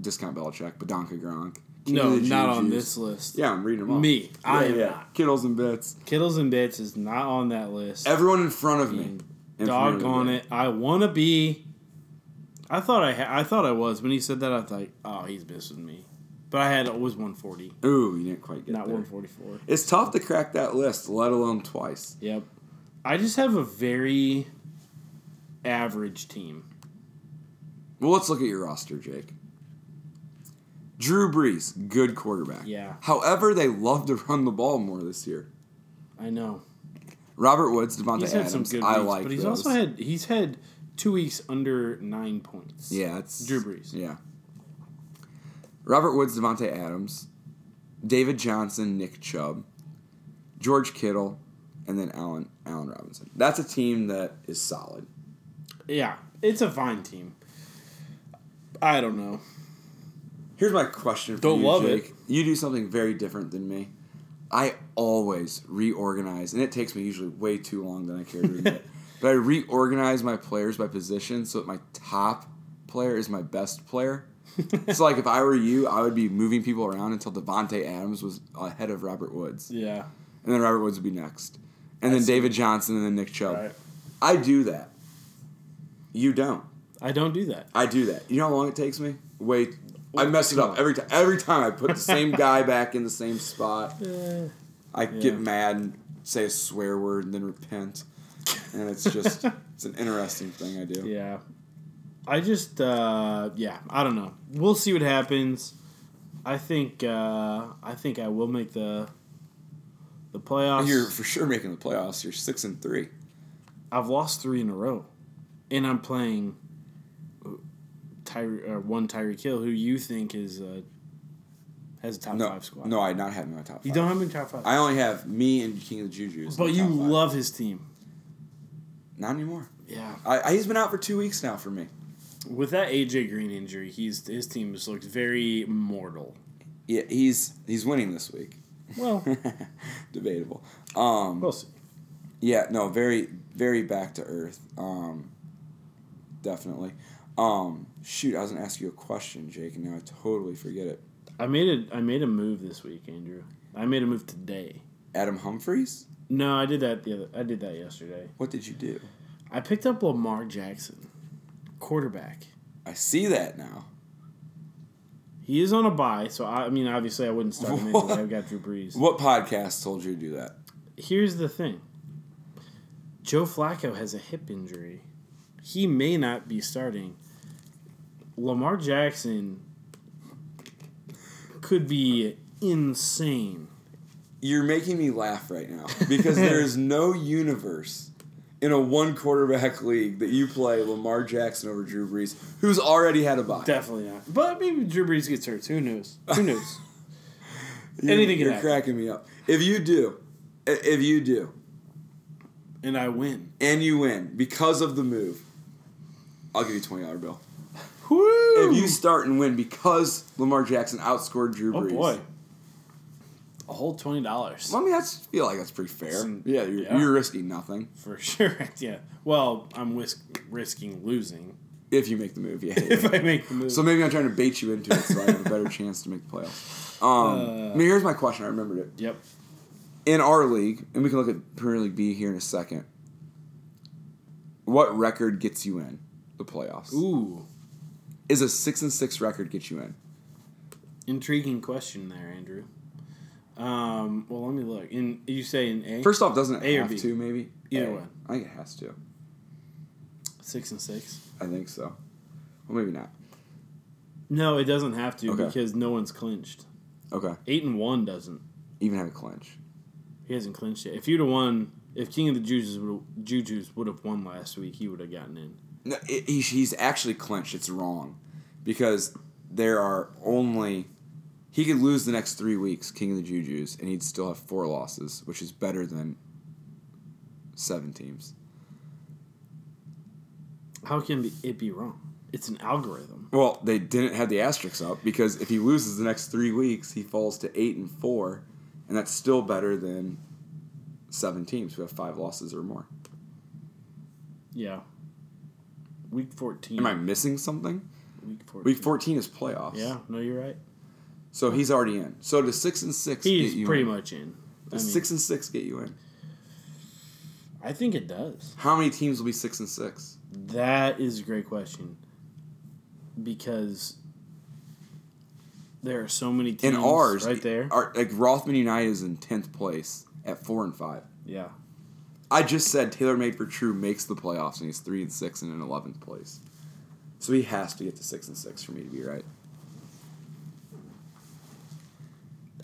Speaker 2: discount Belichick, Badonka Gronk.
Speaker 1: no,
Speaker 2: King of the
Speaker 1: not on
Speaker 2: Jujus.
Speaker 1: this list.
Speaker 2: Yeah, I'm reading them all.
Speaker 1: Me. I
Speaker 2: Yeah,
Speaker 1: am
Speaker 2: yeah.
Speaker 1: not.
Speaker 2: Kittles and bits.
Speaker 1: Kittles and Bits is not on that list.
Speaker 2: Everyone in front of me.
Speaker 1: Doggone it. I want to be. I thought I ha- I thought I was. When he said that, I thought, oh, he's missing me. But I had it was 140,
Speaker 2: Ooh, you didn't quite get
Speaker 1: not
Speaker 2: there.
Speaker 1: 144.
Speaker 2: It's tough to crack that list, let alone twice.
Speaker 1: Yep. I just have a very average team.
Speaker 2: Well, let's look at your roster, Jake. Drew Brees, good quarterback.
Speaker 1: Yeah.
Speaker 2: However, they love to run the ball more this year.
Speaker 1: I know.
Speaker 2: Robert Woods, Devontae
Speaker 1: He's had
Speaker 2: Adams.
Speaker 1: some good weeks,
Speaker 2: I like
Speaker 1: but he's
Speaker 2: those.
Speaker 1: also had he's had two weeks under nine points.
Speaker 2: Yeah, it's
Speaker 1: Drew Brees.
Speaker 2: Yeah. Robert Woods, Devontae Adams, David Johnson, Nick Chubb, George Kittle, and then Allen Allen Robinson. That's a team that is solid.
Speaker 1: Yeah, it's a fine team. I don't know.
Speaker 2: Here's my question for
Speaker 1: Don't
Speaker 2: you,
Speaker 1: love
Speaker 2: Jake.
Speaker 1: it.
Speaker 2: You do something very different than me. I always reorganize, and it takes me usually way too long than I care
Speaker 1: <laughs>
Speaker 2: to admit. but I reorganize my players by position so that my top player is my best
Speaker 1: <laughs>
Speaker 2: player. so, like, if I were you, I would be moving people around until Devonte Adams was ahead of Robert Woods,
Speaker 1: Yeah.
Speaker 2: and then Robert Woods would be next, and then
Speaker 1: see.
Speaker 2: David Johnson, and then Nick Chubb.
Speaker 1: Right.
Speaker 2: I do that. You don't.
Speaker 1: I don't do that.
Speaker 2: I do that. You know how long it takes me? Wait, I mess it
Speaker 1: too
Speaker 2: up
Speaker 1: long.
Speaker 2: every time. Every time I put
Speaker 1: <laughs>
Speaker 2: the same guy back in the same spot, I
Speaker 1: Yeah.
Speaker 2: get mad and say a swear word and then repent, and
Speaker 1: <laughs>
Speaker 2: it's just it's an interesting thing I do.
Speaker 1: yeah. I just uh yeah, I don't know. We'll see what happens. I think uh, I think I will make the the playoffs.
Speaker 2: You're for sure making the playoffs. You're six and three.
Speaker 1: I've lost three in a row, and I'm playing uh, Tyre uh, one Tyree Kill, who you think is uh, has a top
Speaker 2: No,
Speaker 1: five squad.
Speaker 2: no, I not have my top. Five.
Speaker 1: you don't have him in top five,
Speaker 2: I only have me and King of the Juju. as
Speaker 1: but
Speaker 2: my
Speaker 1: you
Speaker 2: top five.
Speaker 1: love his team.
Speaker 2: not anymore.
Speaker 1: Yeah,
Speaker 2: I, I he's been out for two weeks now for me.
Speaker 1: with that AJ Green injury, he's his team just looks very mortal.
Speaker 2: Yeah, he's he's winning this week.
Speaker 1: <laughs>
Speaker 2: <laughs>
Speaker 1: Well,
Speaker 2: Debatable. Um,
Speaker 1: we'll see.
Speaker 2: Yeah, no, very, very back to earth. Um, definitely. Um, shoot, I was gonna ask you a question, Jake, and now I totally forget it.
Speaker 1: I made a I made a move this week, Andrew. I made a move today.
Speaker 2: Adam Humphreys?
Speaker 1: No, I did that the other. I did that yesterday.
Speaker 2: What did you do?
Speaker 1: I picked up Lamar Jackson, quarterback.
Speaker 2: I see that now.
Speaker 1: He is on a bye, so I, I mean, obviously, I wouldn't start him anyway. I've got Drew Brees.
Speaker 2: What podcast told you to do that?
Speaker 1: Here's the thing: Joe Flacco has a hip injury. He may not be starting. Lamar Jackson could be insane.
Speaker 2: You're making me laugh
Speaker 1: <laughs>
Speaker 2: right now because there is no universe in a one quarterback league that you play Lamar Jackson over Drew Brees, who's already had a bye.
Speaker 1: Definitely not. But maybe Drew Brees gets hurt. Who knows? <laughs> Who knows?
Speaker 2: You're-
Speaker 1: anything can
Speaker 2: You're
Speaker 1: happen.
Speaker 2: cracking me up. If you do, i- if you do,
Speaker 1: and I win.
Speaker 2: and you win because of the move, I'll give you a twenty dollar bill.
Speaker 1: Woo!
Speaker 2: If you start and win because Lamar Jackson outscored Drew
Speaker 1: oh
Speaker 2: Brees,
Speaker 1: boy, a whole twenty dollars
Speaker 2: Well, I mean, that's feel like that's pretty fair.
Speaker 1: Some-
Speaker 2: yeah, you're,
Speaker 1: yeah.
Speaker 2: you're risking nothing
Speaker 1: for <laughs> sure. yeah. Well, I'm whisk- risking losing
Speaker 2: <laughs> if you make the move. Yeah,
Speaker 1: if <laughs>
Speaker 2: yeah.
Speaker 1: I make the move.
Speaker 2: so maybe I'm trying to bait you into it, so I have
Speaker 1: <laughs>
Speaker 2: a better chance to make the playoffs. Um,
Speaker 1: Uh.
Speaker 2: I mean, here's my question. I remembered it
Speaker 1: yep.
Speaker 2: in our league, and we can look at Premier League B here in a second. What record gets you in the playoffs?
Speaker 1: Ooh,
Speaker 2: Is a six and six record get you in?
Speaker 1: intriguing question there, Andrew. Um, well, let me look. In you say in A
Speaker 2: First off, doesn't it
Speaker 1: A or
Speaker 2: have
Speaker 1: B?
Speaker 2: to? Maybe
Speaker 1: Either
Speaker 2: A.
Speaker 1: one.
Speaker 2: I think it has to.
Speaker 1: six and six.
Speaker 2: I think so. Well, maybe not.
Speaker 1: No, it doesn't have to
Speaker 2: Okay.
Speaker 1: because no one's clinched.
Speaker 2: Okay.
Speaker 1: Eight and one doesn't.
Speaker 2: Even have a clinch.
Speaker 1: He hasn't clinched yet. If you'd have won, if King of the Juju's would Juju's would have won last week, he would have gotten in.
Speaker 2: No, i he, he's actually clinched. It's wrong because there are only he could lose the next three weeks, King of the Juju's, and he'd still have four losses, which is better than seven teams.
Speaker 1: How can be- it be wrong? It's an algorithm.
Speaker 2: Well, they didn't have the asterisks up because if he loses the next three weeks, he falls to eight and four, and that's still better than seven teams who have five losses or more.
Speaker 1: Yeah. Week fourteen.
Speaker 2: Am I missing something?
Speaker 1: Week fourteen.
Speaker 2: Week 14 is playoffs.
Speaker 1: Yeah. No, you're right.
Speaker 2: So he's already in. So does six and six
Speaker 1: He's
Speaker 2: get you
Speaker 1: pretty
Speaker 2: in?
Speaker 1: much in. I,
Speaker 2: Does
Speaker 1: mean,
Speaker 2: six and six get you in?
Speaker 1: I think it does.
Speaker 2: How many teams will be six and six?
Speaker 1: That is a great question because there are so many
Speaker 2: In
Speaker 1: teams
Speaker 2: ours,
Speaker 1: right there.
Speaker 2: Our, like Rothman United is in tenth place at four and five.
Speaker 1: yeah.
Speaker 2: I just said Taylor Made for True makes the playoffs and he's three and six and in eleventh place. So he has to get to six and six for me to be right.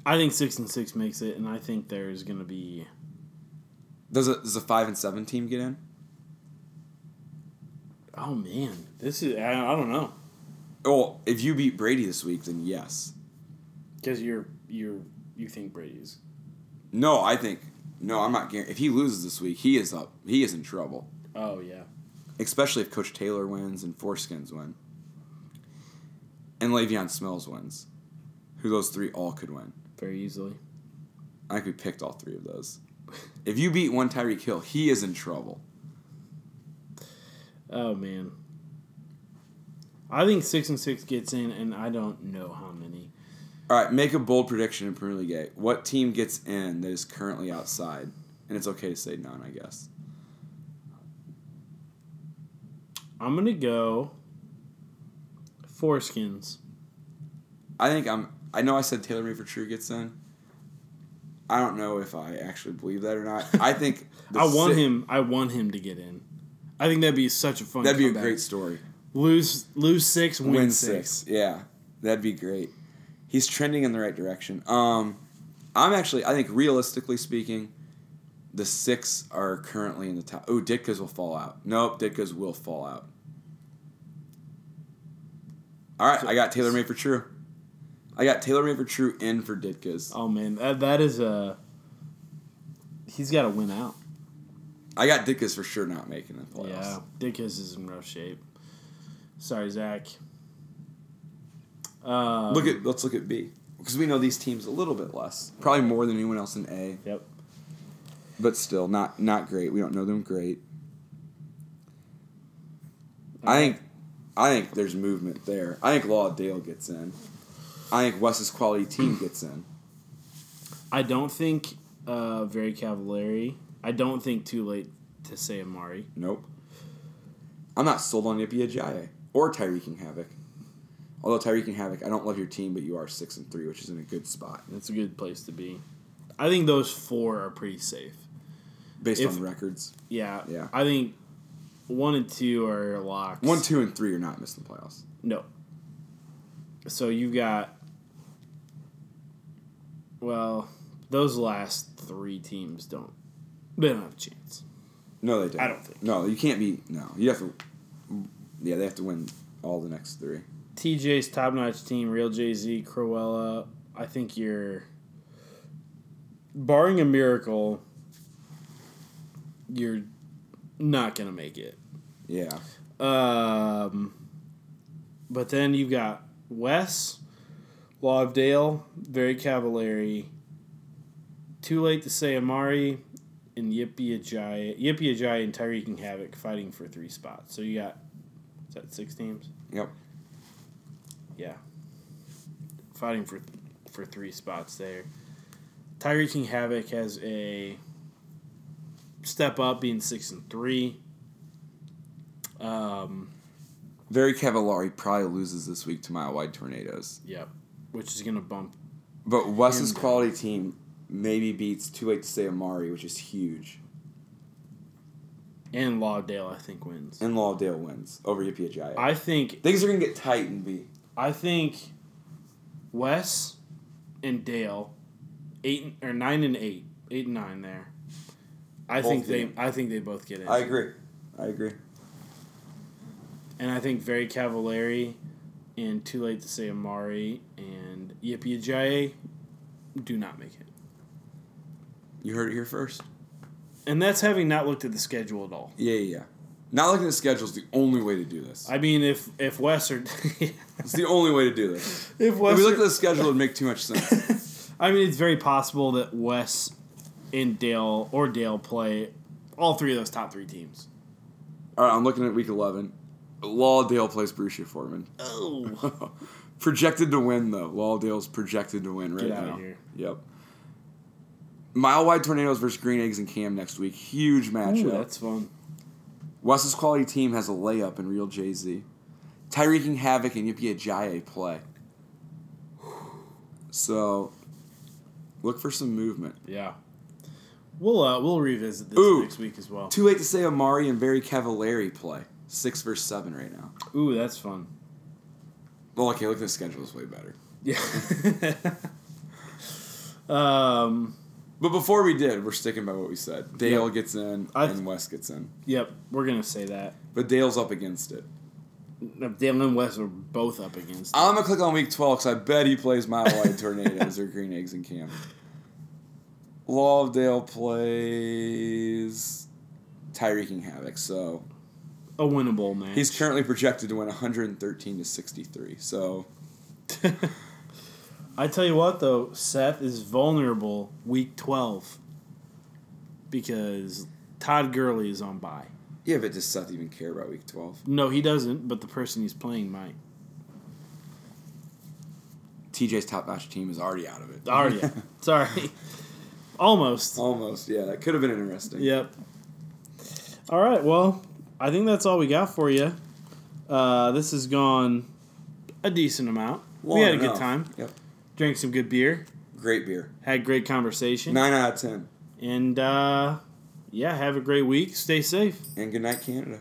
Speaker 1: I think six and six makes it, and I think there's going to be
Speaker 2: Does a does a five and seven team get in?
Speaker 1: oh man, this is I, I don't know
Speaker 2: Well, if you beat Brady this week, then yes.
Speaker 1: because you're you're you think Brady's
Speaker 2: No, I think no. I'm not. guar- If he loses this week, he is up. He is in trouble.
Speaker 1: oh yeah
Speaker 2: especially if Coach Taylor wins and Foreskins win, and Le'Veon Smells wins, who those three all could win.
Speaker 1: very easily.
Speaker 2: I think we picked all three of those. If you beat one Tyreek Hill, he is in trouble.
Speaker 1: Oh man. I think six and six gets in, and I don't know how many.
Speaker 2: All right, make a bold prediction in Premier League. A. What team gets in that is currently outside? And it's okay to say none, I guess.
Speaker 1: I'm gonna go foreskins.
Speaker 2: I think I'm. I know I said Taylor Made for True gets in. I don't know if I actually believe that or not.
Speaker 1: <laughs>
Speaker 2: I think the
Speaker 1: I want
Speaker 2: si-
Speaker 1: him. I want him to get in. I think that'd be such a fun.
Speaker 2: That'd be a
Speaker 1: comeback.
Speaker 2: great story.
Speaker 1: lose lose six, win, six.
Speaker 2: Yeah, that'd be great. he's trending in the right direction. Um, I'm actually, I think realistically speaking, the six are currently in the top. Oh, Ditka's will fall out. Nope, Ditka's will fall out. All right, I got Taylor made for true. I got Taylor made for true in for Ditka's.
Speaker 1: Oh man, that, that is a. He's got to win out.
Speaker 2: I got Ditka's for sure not making the playoffs.
Speaker 1: Yeah, Dickus is in rough shape. Sorry, Zach. Um,
Speaker 2: Look at let's look at B because we know these teams a little bit less, probably more than anyone else in A,
Speaker 1: Yep.
Speaker 2: but still not not great. We don't know them great. I think I think there's movement there. I think Lawdale gets in. I think Wes's
Speaker 1: <clears throat>
Speaker 2: quality team gets in.
Speaker 1: I don't think uh, very Cavallari. I don't think too late to say Amari.
Speaker 2: Nope. I'm not sold on Yippee Ajayi or Tyreek and Havoc. Although Tyreek and Havoc, I don't love your team, but you are six and three, which is in a good spot
Speaker 1: That's a good place to be. I think those four are pretty safe.
Speaker 2: based
Speaker 1: If-
Speaker 2: on records.
Speaker 1: Yeah.
Speaker 2: Yeah.
Speaker 1: I think one and two are locks.
Speaker 2: One, two, and three are not missing the playoffs.
Speaker 1: No. So you've got. Well, those last three teams don't. They don't have a chance.
Speaker 2: No, they don't.
Speaker 1: I don't think.
Speaker 2: No, you can't be. No, you have to. Yeah, they have to win all the next three.
Speaker 1: TJ's top notch team, Real Jay Z, Cruella. I think you're, barring a miracle, you're not going to make it.
Speaker 2: Yeah,
Speaker 1: Um, but then you've got Wes, Law of Dale, very Cavallari, Too Late to Say Amari, and Yippee Ajayi. Yippee Ajayi and Tyreek and Havoc fighting for three spots. So you got, is that six teams?
Speaker 2: yep.
Speaker 1: Yeah. Fighting for for three spots there. Tyreek King Havoc has a step up being six and three. Um,
Speaker 2: Very Cavallari probably loses this week to Mile Wide Tornadoes,
Speaker 1: yep. Which is gonna bump
Speaker 2: but Wes's
Speaker 1: And- uh,
Speaker 2: quality team maybe beats Too Late to Say Amari, which is huge,
Speaker 1: and Lawdale I think wins.
Speaker 2: and Lawdale wins over Yippee Jaya.
Speaker 1: I think
Speaker 2: Things are gonna get tight in B.
Speaker 1: I think Wes and Dale eight or nine and eight. Eight and nine there. I
Speaker 2: Both
Speaker 1: think they
Speaker 2: get
Speaker 1: I think they both get in.
Speaker 2: I agree. I agree.
Speaker 1: And I think very Cavallari and Too Late to Say Amari and Yippee Ajayi do not make it.
Speaker 2: You heard it here first.
Speaker 1: And that's having not looked at the schedule at all.
Speaker 2: Yeah, yeah. yeah. Not looking at schedules the only way to do this.
Speaker 1: I mean, if if Wes or <laughs>
Speaker 2: It's the only way to do this.
Speaker 1: if
Speaker 2: If
Speaker 1: Wes,
Speaker 2: we
Speaker 1: or-
Speaker 2: look at the schedule, it'd make too much
Speaker 1: <laughs>
Speaker 2: sense.
Speaker 1: I mean, it's very possible that Wes and Dale or Dale play all three of those top three teams.
Speaker 2: All right, I'm looking at week 11. Lawdale plays Brucia Foreman.
Speaker 1: Oh,
Speaker 2: <laughs> projected to win, though. Lawdale's projected to win
Speaker 1: <laughs>
Speaker 2: right
Speaker 1: Get
Speaker 2: now.
Speaker 1: outta here.
Speaker 2: Yep. Mile Wide Tornadoes versus Green Eggs and Cam next week. Huge matchup.
Speaker 1: that's fun.
Speaker 2: Wes's quality team has a layup in Real Jay Z. Tyreek and Havoc and Yippee Ajayi play. So, look for some movement.
Speaker 1: Yeah, we'll uh, we'll revisit this
Speaker 2: Ooh.
Speaker 1: next week as well.
Speaker 2: Too late to say Amari and Barry Cavallari play. Six versus seven right now.
Speaker 1: Ooh, that's fun.
Speaker 2: Well, okay, look at the schedule is way better.
Speaker 1: Yeah. <laughs> um.
Speaker 2: But before we did, we're sticking by what we said. Dale gets in
Speaker 1: I-
Speaker 2: and West gets in.
Speaker 1: Yep, we're gonna say that.
Speaker 2: But Dale's up against it.
Speaker 1: Dale and West are both up against.
Speaker 2: I'm going to click on week 12 because I bet he plays <laughs> Mile Wide Tornadoes or Green Eggs and Camp. Dale plays Tyreek and Havoc. So
Speaker 1: a winnable man.
Speaker 2: he's currently projected to win 113 to 63. So
Speaker 1: <laughs> I tell you what, though, Seth is vulnerable week twelve because Todd Gurley is on bye.
Speaker 2: yeah, but does Seth even care about week 12?
Speaker 1: No, he doesn't. But the person he's playing might.
Speaker 2: TJ's top notch team is already out of it.
Speaker 1: Already,
Speaker 2: <laughs>
Speaker 1: sorry, almost.
Speaker 2: Almost, yeah. That could have been interesting.
Speaker 1: Yep. All right. Well, I think that's all we got for you. Uh, this has gone a decent amount.
Speaker 2: Long
Speaker 1: we had a
Speaker 2: enough.
Speaker 1: good time.
Speaker 2: Yep.
Speaker 1: Drank some good beer.
Speaker 2: Great beer.
Speaker 1: Had great conversation.
Speaker 2: Nine out of ten.
Speaker 1: And uh, yeah, have a great week. Stay safe.
Speaker 2: And good night, Canada.